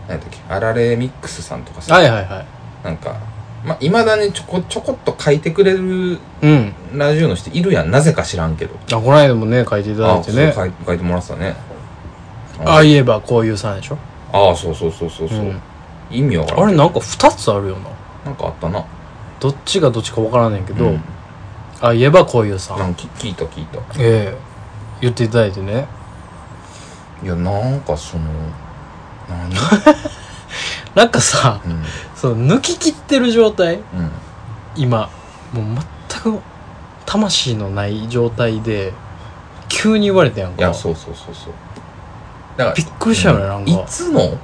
[SPEAKER 2] 何だっけあられミックスさんとかさ、
[SPEAKER 3] はいはいはい
[SPEAKER 2] なんかまあ、未だにちょこちょこっと書いてくれる
[SPEAKER 3] うん
[SPEAKER 2] ラジオの人いるやんなぜか知らんけど
[SPEAKER 3] あこの間もね書いていただいて
[SPEAKER 2] あ
[SPEAKER 3] ね
[SPEAKER 2] そう書い書いてもらってたね
[SPEAKER 3] ああ言えばこういうさんでしょ
[SPEAKER 2] ああそうそうそうそうそう、
[SPEAKER 3] うん
[SPEAKER 2] 意味わから
[SPEAKER 3] あ
[SPEAKER 2] ん
[SPEAKER 3] れなんか2つあるよ
[SPEAKER 2] な
[SPEAKER 3] な
[SPEAKER 2] んかあったな
[SPEAKER 3] どっちがどっちか分からないけど、
[SPEAKER 2] ん
[SPEAKER 3] あ言えばこういうさ
[SPEAKER 2] なんんか聞聞いた聞いた
[SPEAKER 3] ええ言っていただいてね
[SPEAKER 2] いやなんかその 何
[SPEAKER 3] なんかさ
[SPEAKER 2] うん
[SPEAKER 3] その抜き切ってる状態
[SPEAKER 2] うん
[SPEAKER 3] 今もう全く魂のない状態で急に言われたや
[SPEAKER 2] い
[SPEAKER 3] んか
[SPEAKER 2] やそうそうそうそうだから
[SPEAKER 3] びっくりしたよね、なんか
[SPEAKER 2] いつのを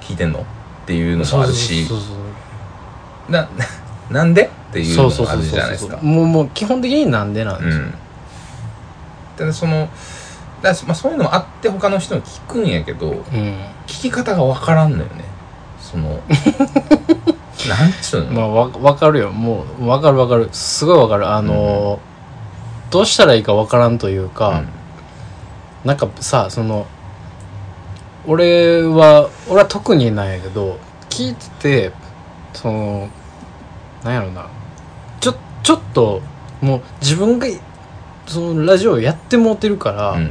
[SPEAKER 2] 聞いてんのっていうのもあるし
[SPEAKER 3] そうそう
[SPEAKER 2] ななんでっていう
[SPEAKER 3] そう
[SPEAKER 2] の
[SPEAKER 3] そう
[SPEAKER 2] もあ
[SPEAKER 3] そう
[SPEAKER 2] るじ
[SPEAKER 3] そう
[SPEAKER 2] ゃないで
[SPEAKER 3] そ
[SPEAKER 2] す
[SPEAKER 3] う
[SPEAKER 2] か
[SPEAKER 3] もうもう基本的になんでなんですよ、
[SPEAKER 2] んただそのだしまあ、そういうのもあって他の人も聞くんやけど
[SPEAKER 3] うん
[SPEAKER 2] 聞き方が分からんのよねそ のなんつうの、
[SPEAKER 3] まあわわかるよもうわかるわかるすごいわかるあのーどうしたらいいかわからんというか、なんかさその俺は俺は特になんやけど聞いててそのなんやろなちょちょっともう自分がそのラジオやってもうてるから、
[SPEAKER 2] うんうん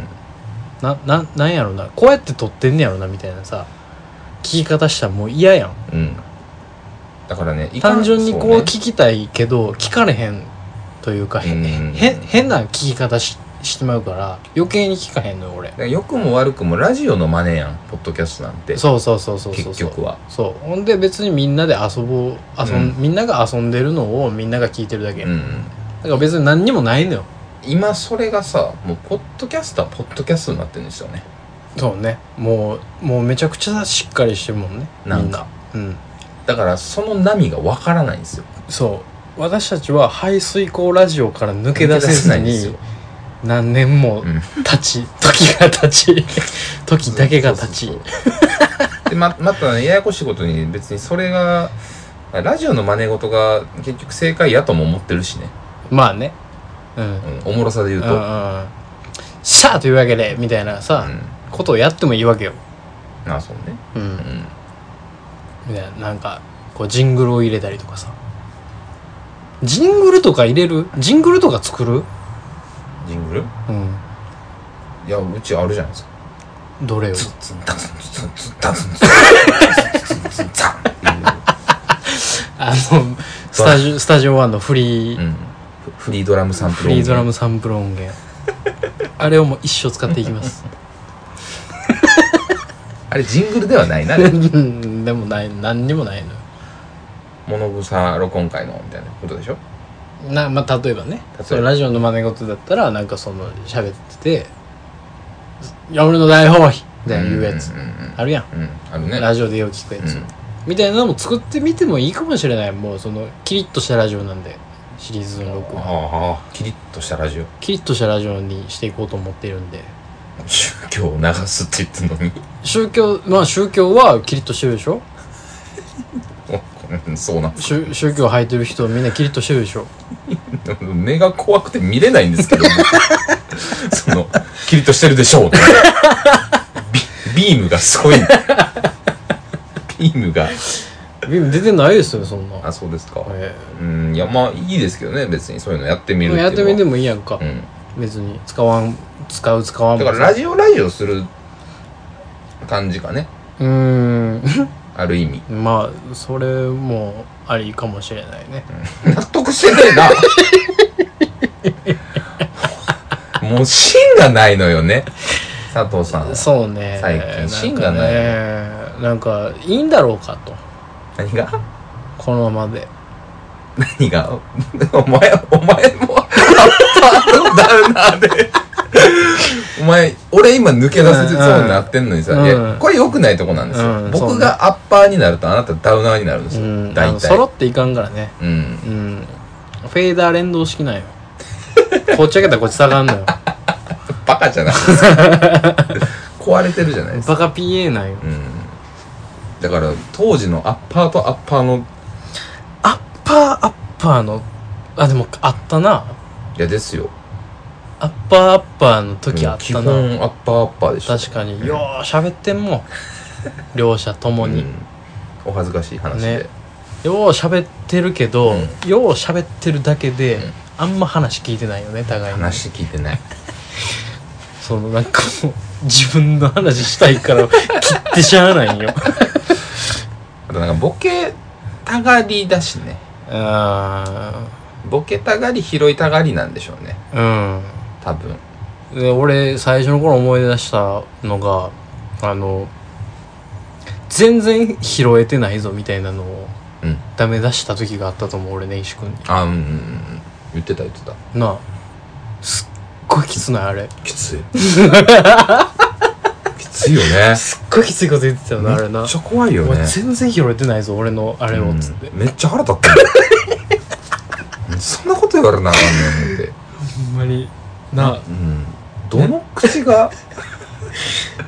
[SPEAKER 3] な、な、なんやろな、こうやって撮ってんねやろな、みたいなさ、聞き方したらもう嫌やん。
[SPEAKER 2] うんだからねいかん
[SPEAKER 3] 単純にこう
[SPEAKER 2] そね
[SPEAKER 3] 聞きたいけど、聞かれへんというか、へ
[SPEAKER 2] うん
[SPEAKER 3] へ変な聞き方ししてまうから、余計に聞かへんのよ、俺
[SPEAKER 2] だ。から良くも悪くもラジオの真似やんポッドキャストなんて
[SPEAKER 3] そうそうそうそうそう。
[SPEAKER 2] 結局は
[SPEAKER 3] そう。ほんで別にみんなで遊ぼう、遊ん、
[SPEAKER 2] う
[SPEAKER 3] みんなが遊んでるのをみんなが聞いてるだけ。
[SPEAKER 2] うんうん
[SPEAKER 3] だから別に何にもないのよ。
[SPEAKER 2] 今それがさもうポッドキャストはポッドキャストになってるんですよね
[SPEAKER 3] そうね。もう、もうめちゃくちゃしっかりしてるもんね。
[SPEAKER 2] な
[SPEAKER 3] み
[SPEAKER 2] ん
[SPEAKER 3] ん
[SPEAKER 2] か
[SPEAKER 3] な。うん。
[SPEAKER 2] だからその波がわからないんですよ
[SPEAKER 3] そう。私たちは排水溝ラジオから抜け出せず
[SPEAKER 2] ないんです
[SPEAKER 3] に
[SPEAKER 2] よ
[SPEAKER 3] 何年も
[SPEAKER 2] うん
[SPEAKER 3] 経ち、 時が 経ち、時だけが経ち
[SPEAKER 2] そう。そうそうでままたねややこしいことに別にそれがラジオの真似事が結局正解やとも思ってるしね、
[SPEAKER 3] まあね。うん。
[SPEAKER 2] うん、おもろさで言う
[SPEAKER 3] う
[SPEAKER 2] と、
[SPEAKER 3] ん
[SPEAKER 2] う
[SPEAKER 3] うんん。さあというわけで、みたいなさ、ことをやってもいいわけよ。
[SPEAKER 2] あそうね、
[SPEAKER 3] う。
[SPEAKER 2] うんん、
[SPEAKER 3] みたいななんかこうジングルを入れたりとかさジングルとか入れるジングルとか作る
[SPEAKER 2] ジングル
[SPEAKER 3] うん
[SPEAKER 2] いやうちあるじゃないですか
[SPEAKER 3] どれを
[SPEAKER 2] ツンツンタツンツンツンタツンツンツンツンツンツンっていう
[SPEAKER 3] あのスタジオスタジオ1のフリー、
[SPEAKER 2] うんフフリードラムサンプ
[SPEAKER 3] フ
[SPEAKER 2] ル
[SPEAKER 3] リードラムサンプル音源あれをもう一生使っていきます
[SPEAKER 2] あれジングルではないな
[SPEAKER 3] うんでもない何にもないのよ
[SPEAKER 2] 物草録音会のみたいなことでしょ
[SPEAKER 3] なまあ例えばね
[SPEAKER 2] ば
[SPEAKER 3] そのラジオの真似事だったらなんかその喋ってて「いや俺の大放棄」みたいな言うやつ
[SPEAKER 2] うんうん
[SPEAKER 3] あるやん
[SPEAKER 2] うんうんあるね
[SPEAKER 3] ラジオでよく聞くやつ、
[SPEAKER 2] うん
[SPEAKER 3] みたいなのも作ってみてもいいかもしれないもうそのキリッとしたラジオなんでシリーズの6は
[SPEAKER 2] ああキリッとしたラジオ
[SPEAKER 3] キリッとしたラジオにしていこうと思っているんで
[SPEAKER 2] 宗教を流すって言ってんのに
[SPEAKER 3] 宗教まあ宗教はキリッとしてるでしょ
[SPEAKER 2] うんそうなんです
[SPEAKER 3] 宗宗教履いてる人みんなキリッとしてるでしょ
[SPEAKER 2] 目が怖くて見れないんですけど そのキリッとしてるでしょうってビビームがすごいビームが
[SPEAKER 3] ビーム出てないですよそんな
[SPEAKER 2] あそうですか
[SPEAKER 3] え
[SPEAKER 2] うんいやまあいいですけどね別にそういうのやってみ
[SPEAKER 3] え
[SPEAKER 2] るっていうの
[SPEAKER 3] や
[SPEAKER 2] は
[SPEAKER 3] ってみてもいいやんか、
[SPEAKER 2] うん
[SPEAKER 3] 別に使わん使う使わん
[SPEAKER 2] だからラジオラジオする感じかね
[SPEAKER 3] うー
[SPEAKER 2] ある意味
[SPEAKER 3] ん まあそれもありかもしれないね
[SPEAKER 2] 納得してねえなもう芯がないのよね佐藤さんは
[SPEAKER 3] そうね
[SPEAKER 2] 最近芯がない
[SPEAKER 3] なんかねなんかいいんだろうかと
[SPEAKER 2] 何が
[SPEAKER 3] このままで
[SPEAKER 2] 何がお前お前もアッパーとダウナーでお前俺今抜け出せそうになってんのにさ、
[SPEAKER 3] うん
[SPEAKER 2] いやこれ良くないとこなんですよ、
[SPEAKER 3] うんそう
[SPEAKER 2] 僕
[SPEAKER 3] ね
[SPEAKER 2] がアッパーになるとあなたダウナーになるんですよ、
[SPEAKER 3] うんあ
[SPEAKER 2] 大
[SPEAKER 3] の揃
[SPEAKER 2] 体
[SPEAKER 3] っていかんからね
[SPEAKER 2] うん
[SPEAKER 3] うんフェーダー連動 式なんよこっち上げたらこっち下がんのよ
[SPEAKER 2] バカじゃないです か壊れてるじゃないですか
[SPEAKER 3] バカ PA なんよ
[SPEAKER 2] うんだから当時のアッパーとアッパーの
[SPEAKER 3] アッパーアッパーのあでもあったない
[SPEAKER 2] やですよ
[SPEAKER 3] アッパーアッパーの時あっ
[SPEAKER 2] 基
[SPEAKER 3] た
[SPEAKER 2] 本
[SPEAKER 3] な
[SPEAKER 2] アッパーアッパーでした
[SPEAKER 3] 確かによう喋って んもん両者ともに、
[SPEAKER 2] うんお恥ずかしい話で、
[SPEAKER 3] ねよう喋ってるけど、よう喋ってるだけで、あんま話聞いてないよね互いに
[SPEAKER 2] 話聞いてない
[SPEAKER 3] そのなんかもう自分の話したいから切ってしゃあないんよ
[SPEAKER 2] あとなんかボケたがりだしね
[SPEAKER 3] あ
[SPEAKER 2] ボケたがり拾いたがりなんでしょうね
[SPEAKER 3] ーうん
[SPEAKER 2] 多分
[SPEAKER 3] で俺最初の頃思い出したのがあの全然拾えてないぞみたいなのを
[SPEAKER 2] うん
[SPEAKER 3] ダメ出した時があったと思う俺ね石君に
[SPEAKER 2] あうんうんうん言ってた言ってた
[SPEAKER 3] なあすっごいきつないあれ
[SPEAKER 2] き ついきついよね
[SPEAKER 3] すっごいきついこと言ってたよなあれ
[SPEAKER 2] め
[SPEAKER 3] な、
[SPEAKER 2] っちゃ怖いよ
[SPEAKER 3] お
[SPEAKER 2] ね
[SPEAKER 3] 前全然拾えてないぞ俺のあれをっつって、
[SPEAKER 2] うんめっちゃ腹立った。 そんなこと言われなあかんねん思って。
[SPEAKER 3] ほんまになあ
[SPEAKER 2] うん。どの口が、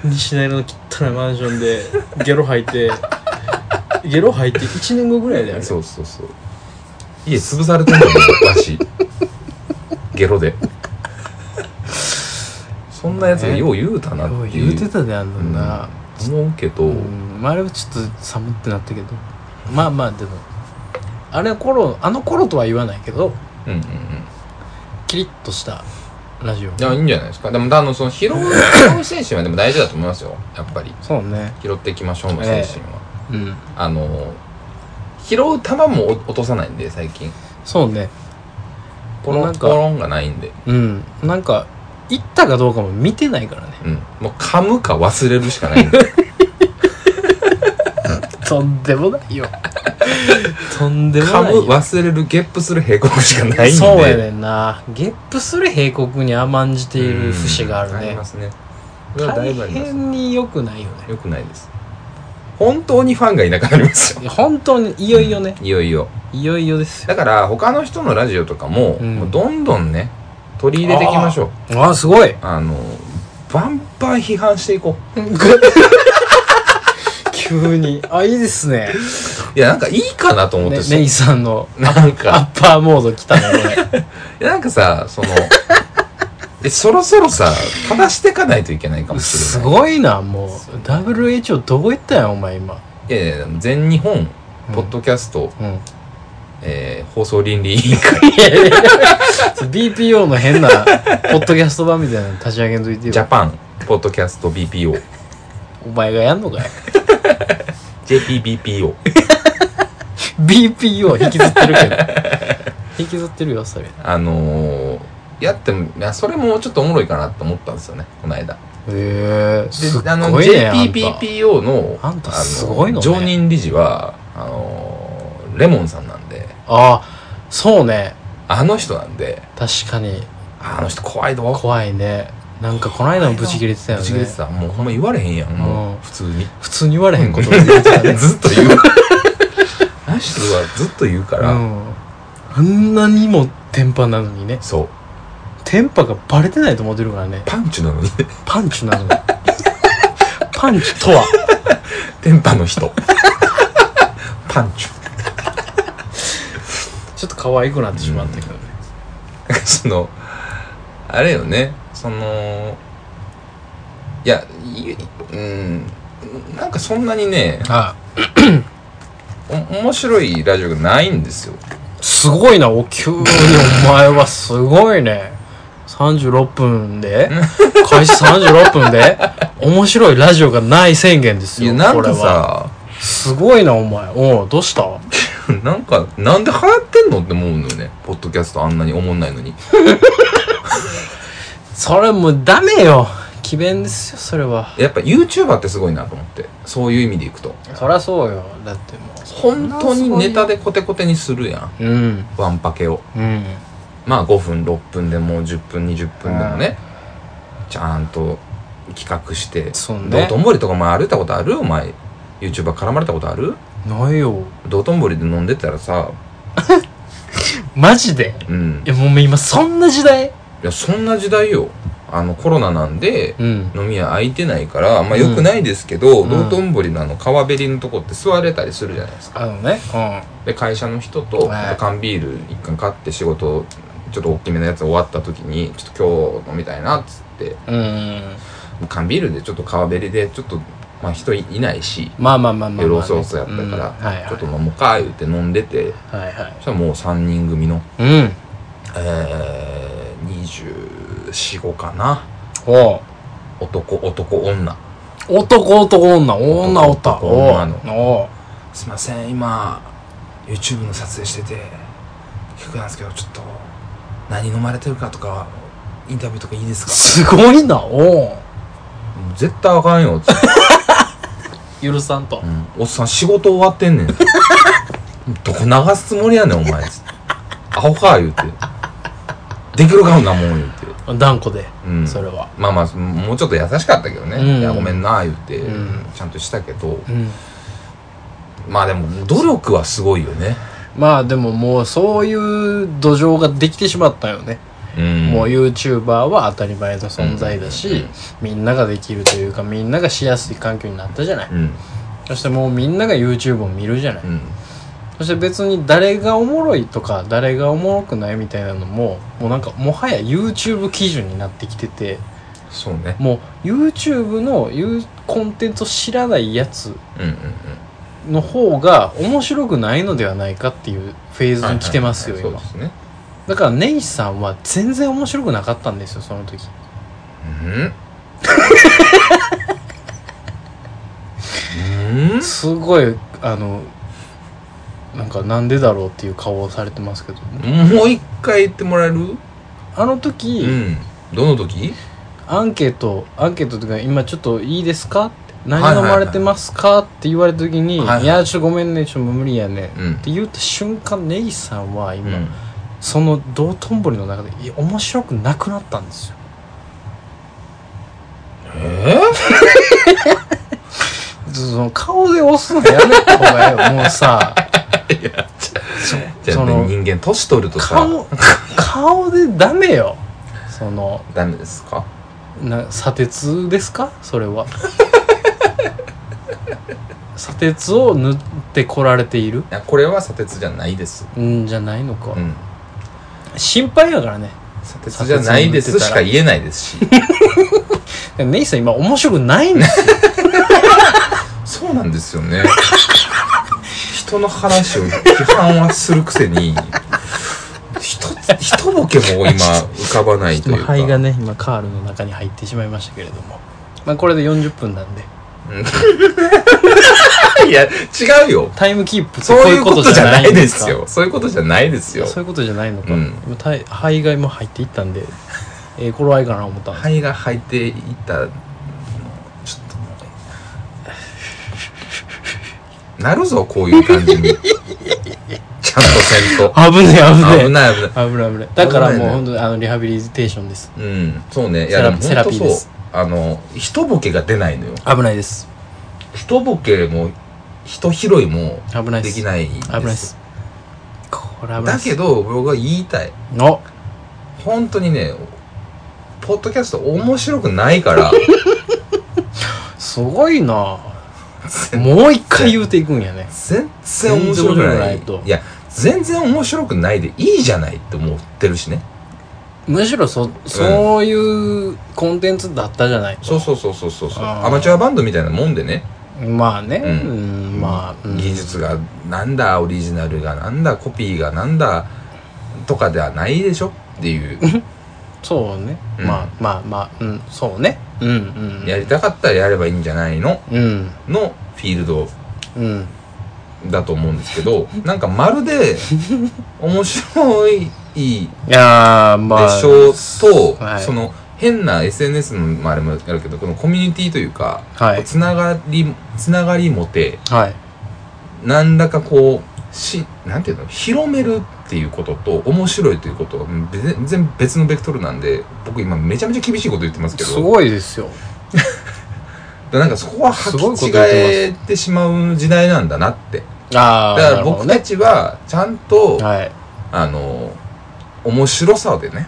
[SPEAKER 3] 西成の汚いマンションでゲロ吐いてゲロ吐いて1年後ぐらいだよね
[SPEAKER 2] そうそうそう。家潰されてんのよ、私。ゲロで。そんなやつがよう言うたなっていう。
[SPEAKER 3] 言うてたであんのな、
[SPEAKER 2] うん思うけど、
[SPEAKER 3] うんまあ、あれはちょっと寒ってなったけどまあまあでもあれ頃あの頃とは言わないけど
[SPEAKER 2] うんうん
[SPEAKER 3] キリッとしたラジ
[SPEAKER 2] い
[SPEAKER 3] オ
[SPEAKER 2] や、いいんじゃないですか。でも、あの、その、拾う、拾う精神はでも大事だと思いますよ。やっぱり。
[SPEAKER 3] そうね
[SPEAKER 2] 拾っていきましょうの精神は。
[SPEAKER 3] うん
[SPEAKER 2] あの、拾う球も落とさないんで、最近。
[SPEAKER 3] そうね
[SPEAKER 2] ポロ
[SPEAKER 3] な
[SPEAKER 2] ン、
[SPEAKER 3] ん
[SPEAKER 2] ポ
[SPEAKER 3] か
[SPEAKER 2] ロンがないんで。
[SPEAKER 3] うんなんか行ったかどうかも見てないからね
[SPEAKER 2] うん。もう噛むか忘れるしかないんで。
[SPEAKER 3] とんでもないよ とんでも
[SPEAKER 2] 噛
[SPEAKER 3] ない
[SPEAKER 2] む、
[SPEAKER 3] よ
[SPEAKER 2] 忘れる、ゲップする、閉国しかないんで。
[SPEAKER 3] そうやねんなゲップする閉国に甘んじている節がある
[SPEAKER 2] うんあり
[SPEAKER 3] ね
[SPEAKER 2] ますね。それはだい
[SPEAKER 3] 大
[SPEAKER 2] ぶあります。
[SPEAKER 3] 変に良くないよね
[SPEAKER 2] よくないです。本当にファンがいなくなりますよ。
[SPEAKER 3] いや本当にいよいよね、
[SPEAKER 2] いよいよ。
[SPEAKER 3] いよいよですよ
[SPEAKER 2] だから、他の人のラジオとかも、
[SPEAKER 3] うん
[SPEAKER 2] もうどんどんね、取り入れていきましょう。
[SPEAKER 3] あすごい
[SPEAKER 2] あの、バンパー批判していこう。
[SPEAKER 3] 急にあいいですね
[SPEAKER 2] いや、なんかいいかなと思って
[SPEAKER 3] ね
[SPEAKER 2] さ
[SPEAKER 3] メイさんの
[SPEAKER 2] なん
[SPEAKER 3] ア
[SPEAKER 2] か、
[SPEAKER 3] ッパーモード来 たねこれ
[SPEAKER 2] いやなんかさ、そ の、え、そろそろさ、正していかないといけないかもし
[SPEAKER 3] す
[SPEAKER 2] れない。
[SPEAKER 3] ごいなもう WHO どこ行ったんやお前今
[SPEAKER 2] いやいや、でも全日本、ポッドキャスト、
[SPEAKER 3] うんい
[SPEAKER 2] えー放送倫理委員会、
[SPEAKER 3] やいやいや BPO の変なポッドキャスト版みたいなの立ち上げんといて
[SPEAKER 2] ジャ
[SPEAKER 3] よ
[SPEAKER 2] パン、ポッドキャスト BPO、
[SPEAKER 3] お前がやんのかい
[SPEAKER 2] JPBPO。
[SPEAKER 3] BPO 引きずってる けど引きずってるよそれへ
[SPEAKER 2] あのー、やっても、いや、それもちょっとおもろいかなと思ったんですよね、この間。
[SPEAKER 3] え
[SPEAKER 2] です
[SPEAKER 3] っ
[SPEAKER 2] あの、
[SPEAKER 3] ごいねあんた
[SPEAKER 2] JPPPO の、
[SPEAKER 3] あんた
[SPEAKER 2] の
[SPEAKER 3] すごいのね
[SPEAKER 2] 常任理事は、あのー、レモンさんなんで、
[SPEAKER 3] あそうね
[SPEAKER 2] あの人なんで、
[SPEAKER 3] 確かに
[SPEAKER 2] あの人怖いど。
[SPEAKER 3] 怖いねなんかこの間もブチ切れてたよ
[SPEAKER 2] ぶ
[SPEAKER 3] ね
[SPEAKER 2] ち切れてた。もうほんま言われへんやん、も
[SPEAKER 3] うん
[SPEAKER 2] う、普通に。
[SPEAKER 3] 普通に言われへんこと
[SPEAKER 2] ず
[SPEAKER 3] 言って たね
[SPEAKER 2] っと言う。 あの人はずっと言うから、
[SPEAKER 3] うん、あんなにも天パなのにね
[SPEAKER 2] そう、
[SPEAKER 3] 天パがバレてないと思ってるからね
[SPEAKER 2] パンチなのに、
[SPEAKER 3] パンチなの にパンチとは
[SPEAKER 2] 電波の人。パンチ。
[SPEAKER 3] ちょっと可愛くなってしまったけどね、
[SPEAKER 2] その、あれよね、その、いや、いうん、なんかそんなにね、
[SPEAKER 3] あ
[SPEAKER 2] お面白いラジオがないんですよ。
[SPEAKER 3] すごいなお急にお前はすごいね36分で開始36分で面白いラジオがない宣言です
[SPEAKER 2] いや、
[SPEAKER 3] よ
[SPEAKER 2] なん
[SPEAKER 3] こ
[SPEAKER 2] か
[SPEAKER 3] れは
[SPEAKER 2] さ、
[SPEAKER 3] すごいなお前おうどうした
[SPEAKER 2] なんか、なんで流行ってんのって思うのよね。ポッドキャストあんなに思んないのに。
[SPEAKER 3] それもうダメよ詭弁ですよそれは
[SPEAKER 2] やっぱ YouTuber ってすごいなと思って。そういう意味でいくと。
[SPEAKER 3] そりゃそうよだっても
[SPEAKER 2] 本当にネタでコテコテにするやん。
[SPEAKER 3] ううん
[SPEAKER 2] ワンパケを。
[SPEAKER 3] うん
[SPEAKER 2] まあ5分、6分でも10分、20分でもね。ちゃんと企画して。
[SPEAKER 3] そう
[SPEAKER 2] 道
[SPEAKER 3] ね
[SPEAKER 2] 頓堀とかお前歩いたことあるお前 YouTuber 絡まれたことある
[SPEAKER 3] ないよ
[SPEAKER 2] 道頓堀で飲んでたらさ
[SPEAKER 3] マジで
[SPEAKER 2] うん
[SPEAKER 3] いやもう今そんな時代
[SPEAKER 2] いやそんな時代よあのコロナなんで
[SPEAKER 3] うん
[SPEAKER 2] 飲み屋空いてないからあんま良くないですけど、
[SPEAKER 3] うん
[SPEAKER 2] 道頓堀のあの川べりのとこって座れたりするじゃないですか
[SPEAKER 3] あのね
[SPEAKER 2] で会社の人と
[SPEAKER 3] はい
[SPEAKER 2] あと缶ビール一缶買って仕事ちょっと大きめのやつ終わった時にちょっと今日飲みたいなっつって
[SPEAKER 3] うんうん
[SPEAKER 2] 缶ビールでちょっと川べりでちょっとまあ人いいないし
[SPEAKER 3] まあまあまあまあまあ
[SPEAKER 2] 夜遅々やった
[SPEAKER 3] うん
[SPEAKER 2] か
[SPEAKER 3] はい
[SPEAKER 2] らちょっ
[SPEAKER 3] は
[SPEAKER 2] と飲もうか言って飲んでて
[SPEAKER 3] いはいはい
[SPEAKER 2] そしたらもう3人組の、
[SPEAKER 3] うん
[SPEAKER 2] えー、245かな
[SPEAKER 3] おう
[SPEAKER 2] 男男女
[SPEAKER 3] 男男女女おった
[SPEAKER 2] 男
[SPEAKER 3] おう
[SPEAKER 2] 女の
[SPEAKER 3] おう
[SPEAKER 2] すいません今 YouTube の撮影してて結構なんですけどちょっと何飲まれてるかとかインタビューとかいいです
[SPEAKER 3] すごいなおう
[SPEAKER 2] もう絶対あかんよつって、
[SPEAKER 3] 許さんと
[SPEAKER 2] うんおっさん仕事終わってん ねんどこ流すつもりやねんお前つってアホか言うてできるかんなもん言うて、
[SPEAKER 3] 断固で
[SPEAKER 2] うん、
[SPEAKER 3] それは
[SPEAKER 2] まあまあもうちょっと優しかったけどね、
[SPEAKER 3] うん
[SPEAKER 2] いやごめんな言って、
[SPEAKER 3] うん
[SPEAKER 2] ちゃんとしたけど
[SPEAKER 3] うん
[SPEAKER 2] まあでも努力はすごいよね、
[SPEAKER 3] まあでももうそういう土壌ができてしまったよね
[SPEAKER 2] うん、
[SPEAKER 3] もう YouTuber は当たり前の存在だし、みんなができるというかみんながしやすい環境になったじゃない、
[SPEAKER 2] うん
[SPEAKER 3] そしてもうみんなが YouTube を見るじゃない、
[SPEAKER 2] うん
[SPEAKER 3] そして別に誰がおもろいとか誰がおもろくないみたいなのももうなんかもはや YouTube 基準になってきてて
[SPEAKER 2] そうね
[SPEAKER 3] もう YouTube のゆうコンテンツを知らないやつ
[SPEAKER 2] うんうんうん
[SPEAKER 3] の方が面白くないのではないかっていうフェーズに来てますよ、
[SPEAKER 2] はい
[SPEAKER 3] 今
[SPEAKER 2] はいはいそうですね
[SPEAKER 3] だから根岸さんは全然面白くなかったんですよその時
[SPEAKER 2] うんうん
[SPEAKER 3] すごいあのなんかなんでだろうっていう顔をされてますけど
[SPEAKER 2] もう一回言ってもらえる
[SPEAKER 3] あの時、
[SPEAKER 2] うんどの時
[SPEAKER 3] アンケートアンケートというか今ちょっといいですかって何飲まれてますか、って言われた時に「
[SPEAKER 2] はいいはい
[SPEAKER 3] やちょっとごめんねちょっと無理やね」
[SPEAKER 2] うん
[SPEAKER 3] って言った瞬間ネイさんは
[SPEAKER 2] う
[SPEAKER 3] 今、
[SPEAKER 2] ん
[SPEAKER 3] その道頓堀の中でいや面白くなくなったんですよ
[SPEAKER 2] え
[SPEAKER 3] その顔で押すのやめた方がいいよもう さ
[SPEAKER 2] ーじゃ
[SPEAKER 3] そ
[SPEAKER 2] あ
[SPEAKER 3] の
[SPEAKER 2] ね人間年取るとさ
[SPEAKER 3] 顔顔でダメよその
[SPEAKER 2] ダメですか
[SPEAKER 3] な砂鉄ですかそれ は砂鉄を塗ってこられている
[SPEAKER 2] いやこれは砂鉄じゃないです
[SPEAKER 3] んじゃないのか、
[SPEAKER 2] うん
[SPEAKER 3] 心配やからね
[SPEAKER 2] 砂鉄じゃないですしか言えない ですし
[SPEAKER 3] ネイさん今面白くないん ですよ
[SPEAKER 2] そうなんですよ ね人の話を批判はするくせに一つ一ボケも今浮かばないというか
[SPEAKER 3] 肺がね今カールの中に入ってしまいましたけれどもまあこれで40分なんで
[SPEAKER 2] いや違うよ
[SPEAKER 3] タイムキープって
[SPEAKER 2] そういうことじゃないです
[SPEAKER 3] こ
[SPEAKER 2] よそういうことじゃないです
[SPEAKER 3] ういうことじゃないんですか
[SPEAKER 2] よ
[SPEAKER 3] そういうことじゃないのか、
[SPEAKER 2] うん
[SPEAKER 3] 今た肺が今入っていったんでえー、頃合いかな思ったんです、
[SPEAKER 2] 肺が入っていったのちょっとなるぞこういう感じ にちゃんとせんと
[SPEAKER 3] 危ね
[SPEAKER 2] 危
[SPEAKER 3] え危ねえ
[SPEAKER 2] ない危ない
[SPEAKER 3] 危ない危ないだから
[SPEAKER 2] 危な
[SPEAKER 3] もう
[SPEAKER 2] いね
[SPEAKER 3] 本当にあのリハビリテーションです
[SPEAKER 2] うんそうねい
[SPEAKER 3] セ
[SPEAKER 2] や
[SPEAKER 3] ラ
[SPEAKER 2] でも
[SPEAKER 3] セ
[SPEAKER 2] 本
[SPEAKER 3] ラ
[SPEAKER 2] 当
[SPEAKER 3] ピー
[SPEAKER 2] そう
[SPEAKER 3] です
[SPEAKER 2] あの一ボケが出ないのよ
[SPEAKER 3] 危ないです
[SPEAKER 2] 一ボケも人拾いも
[SPEAKER 3] 危ない
[SPEAKER 2] で
[SPEAKER 3] で
[SPEAKER 2] すきないん
[SPEAKER 3] 危ないですこれ危ない
[SPEAKER 2] だ
[SPEAKER 3] っす
[SPEAKER 2] けど僕は言いたい
[SPEAKER 3] お
[SPEAKER 2] 本当にねポッドキャスト面白くないから
[SPEAKER 3] すごいなもう一回言うていくんやね
[SPEAKER 2] 全然面白くない
[SPEAKER 3] 全然面白くないと
[SPEAKER 2] いや全然面白くないでいいじゃないって思ってるしね
[SPEAKER 3] むしろそそういうコンテンツだったじゃない
[SPEAKER 2] そうそうそうそうそうそう
[SPEAKER 3] あー
[SPEAKER 2] アマチュアバンドみたいなもんでね
[SPEAKER 3] まあね、う
[SPEAKER 2] うんん
[SPEAKER 3] まあ、うん
[SPEAKER 2] 技術がなんだオリジナルがなんだコピーがなんだとかではないでしょって いう
[SPEAKER 3] そうね、
[SPEAKER 2] うん
[SPEAKER 3] まあまあまあうんそうねうんうん
[SPEAKER 2] やりたかったらやればいいんじゃないの
[SPEAKER 3] うん
[SPEAKER 2] のフィールド
[SPEAKER 3] うん
[SPEAKER 2] だと思うんですけ どなんかまるで面白い
[SPEAKER 3] いやーまあ
[SPEAKER 2] でしょうと、
[SPEAKER 3] はい
[SPEAKER 2] その変な SNS のまああれもあるけどこのコミュニティというか、
[SPEAKER 3] はい
[SPEAKER 2] つながりつながり持て
[SPEAKER 3] はい
[SPEAKER 2] 何らかこうしなんていうの広めるっていうことと面白いということはうんべ全然別のベクトルなんで僕今めちゃめちゃ厳しいこと言ってますけど
[SPEAKER 3] すごいですよ
[SPEAKER 2] だからなんかそこは
[SPEAKER 3] すごい
[SPEAKER 2] 履
[SPEAKER 3] こと
[SPEAKER 2] き
[SPEAKER 3] 言
[SPEAKER 2] 違
[SPEAKER 3] ってます
[SPEAKER 2] えてしまう時代なんだなって
[SPEAKER 3] あ
[SPEAKER 2] だ
[SPEAKER 3] あ
[SPEAKER 2] から僕たちはちゃんと、
[SPEAKER 3] はい
[SPEAKER 2] あの面白さでね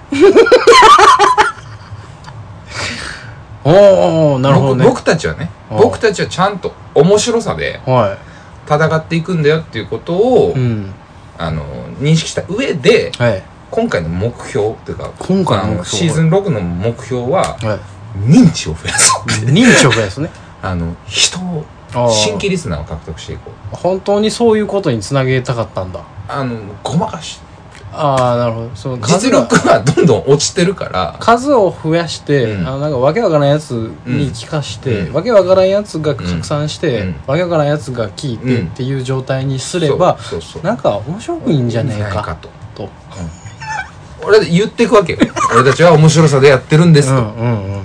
[SPEAKER 3] おーおーなるほどね
[SPEAKER 2] 僕僕たちはね
[SPEAKER 3] うん
[SPEAKER 2] 僕たちはちゃんと面白さで
[SPEAKER 3] は
[SPEAKER 2] 戦っていくんだよっていうことを、
[SPEAKER 3] いうん
[SPEAKER 2] あの認識した上で
[SPEAKER 3] はい
[SPEAKER 2] 今回の目標っていうか
[SPEAKER 3] 今回の目標
[SPEAKER 2] あのシーズン6の目標は
[SPEAKER 3] はい
[SPEAKER 2] 認知を増やそう
[SPEAKER 3] 認知を増やすね
[SPEAKER 2] あの人を
[SPEAKER 3] あー
[SPEAKER 2] 新規リスナーを獲得していこう
[SPEAKER 3] 本当にそういうことにつなげたかったんだ
[SPEAKER 2] あのごまかし
[SPEAKER 3] ああなるほどその数
[SPEAKER 2] 実
[SPEAKER 3] が
[SPEAKER 2] 力はどんどん落ちてるから
[SPEAKER 3] 数を増やして、
[SPEAKER 2] うん
[SPEAKER 3] あのなんかわけわからんやつに聞かして、
[SPEAKER 2] うん
[SPEAKER 3] わけわからんやつが拡散して、
[SPEAKER 2] うん
[SPEAKER 3] わけわからんやつが聞いて
[SPEAKER 2] うん
[SPEAKER 3] っていう状態にすれば、
[SPEAKER 2] そうそうそう
[SPEAKER 3] なんか面白くいいんじゃねえ
[SPEAKER 2] ない
[SPEAKER 3] か
[SPEAKER 2] と
[SPEAKER 3] と。
[SPEAKER 2] 俺言っていくわ けよ俺たちは面白さでやってるんですと、
[SPEAKER 3] うんうんうん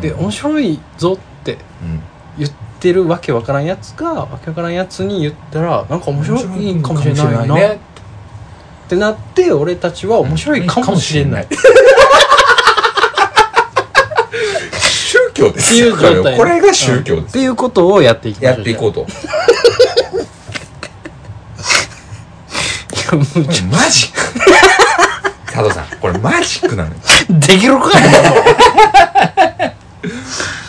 [SPEAKER 3] で面白いぞって
[SPEAKER 2] うん
[SPEAKER 3] 言ってるわけわからんやつがわけわからんやつに言ったらなんか面白いかもしれないなっ
[SPEAKER 2] ね
[SPEAKER 3] てなって俺たちは面白いかもしれない。
[SPEAKER 2] 宗教ですよ
[SPEAKER 3] っていう状態
[SPEAKER 2] これが宗教で
[SPEAKER 3] っ
[SPEAKER 2] す
[SPEAKER 3] ていうことをやっていきましょ
[SPEAKER 2] や
[SPEAKER 3] う
[SPEAKER 2] っていこうと
[SPEAKER 3] じゃあいやもう
[SPEAKER 2] これマジック佐藤さんこれマジックなのよ
[SPEAKER 3] できるかな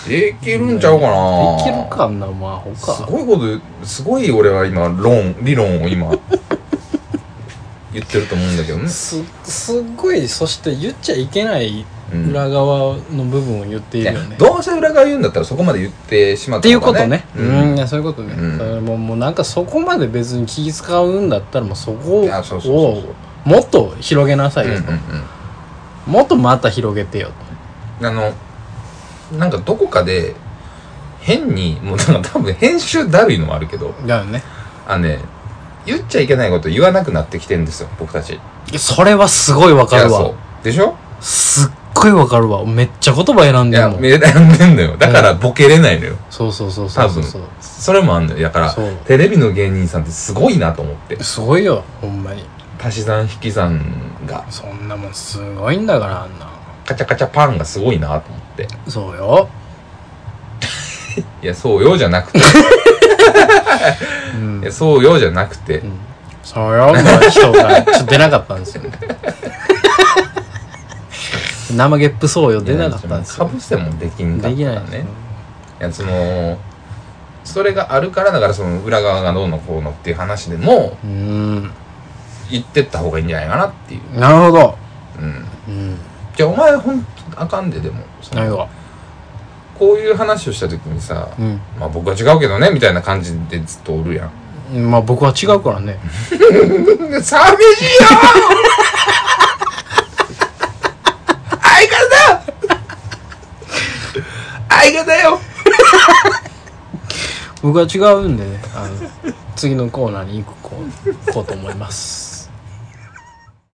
[SPEAKER 2] できるんちゃうかな
[SPEAKER 3] できるかなまあほか
[SPEAKER 2] すごいことすごい俺は今論理論を今言ってると思うんだけどね、
[SPEAKER 3] すすっごいそして言っちゃいけない
[SPEAKER 2] うん
[SPEAKER 3] 裏側の部分を言ってい
[SPEAKER 2] いや
[SPEAKER 3] るよね、っ
[SPEAKER 2] どうせ裏側言うんだったらそこまで言ってしまった
[SPEAKER 3] ていう
[SPEAKER 2] 方
[SPEAKER 3] こ
[SPEAKER 2] が
[SPEAKER 3] とねう、
[SPEAKER 2] うんん
[SPEAKER 3] いやそういうことね、
[SPEAKER 2] うん
[SPEAKER 3] だからもうもうなんかそこまで別に気使うんだったらもうそこ
[SPEAKER 2] い
[SPEAKER 3] を
[SPEAKER 2] やそうそうそうそう
[SPEAKER 3] もっと広げなさいよと、
[SPEAKER 2] うん
[SPEAKER 3] もっとまた広げてよ
[SPEAKER 2] うんあのなんかどこかで変にもうなんか多分編集だるいのもあるけど
[SPEAKER 3] とだよね
[SPEAKER 2] あのね言っちゃいけないこと言わなくなってきてるんですよ僕たち
[SPEAKER 3] いやそれはすごいわかる
[SPEAKER 2] いや
[SPEAKER 3] わ
[SPEAKER 2] そうでしょ
[SPEAKER 3] すっごいわかるわめっちゃ言葉選ん
[SPEAKER 2] い
[SPEAKER 3] でる
[SPEAKER 2] や
[SPEAKER 3] もん
[SPEAKER 2] め選んでんのよだからボケれないのよ
[SPEAKER 3] そうそうそうそうそうそう
[SPEAKER 2] それもあんのよだから
[SPEAKER 3] そう
[SPEAKER 2] テレビの芸人さんってすごいなと思って
[SPEAKER 3] すごいよほんまに
[SPEAKER 2] 足し算引き算が
[SPEAKER 3] そんなもんすごいんだからあんな
[SPEAKER 2] カチャカチャパンがすごいなと思って
[SPEAKER 3] そうよ
[SPEAKER 2] いやそうよじゃなくて
[SPEAKER 3] うん
[SPEAKER 2] いやそうよじゃなくて
[SPEAKER 3] うんそうよ、もう人がちょっと出なかったんですよ。 生ゲップそうよ、出なかったんです
[SPEAKER 2] か
[SPEAKER 3] よ。
[SPEAKER 2] ぶせもできんか
[SPEAKER 3] で
[SPEAKER 2] っ
[SPEAKER 3] きない
[SPEAKER 2] た
[SPEAKER 3] んですよ
[SPEAKER 2] ねいやそのそれがあるからだからその裏側がどうのこうのっていう話でも
[SPEAKER 3] うーん。
[SPEAKER 2] 言ってった方がいいんじゃないかなっていう
[SPEAKER 3] なるほど。
[SPEAKER 2] うん
[SPEAKER 3] うん。
[SPEAKER 2] じゃあお前ほんとあかんででもその
[SPEAKER 3] なるほど。
[SPEAKER 2] こういう話をした時にさ
[SPEAKER 3] う
[SPEAKER 2] まあ僕は違うけどねみたいな感じでずっとおるやん
[SPEAKER 3] ん。まあ僕は違うからね。
[SPEAKER 2] 寂しいよ相方相方よ
[SPEAKER 3] 僕は違うんでね、あの、次のコーナーに行こう、行こうと思います。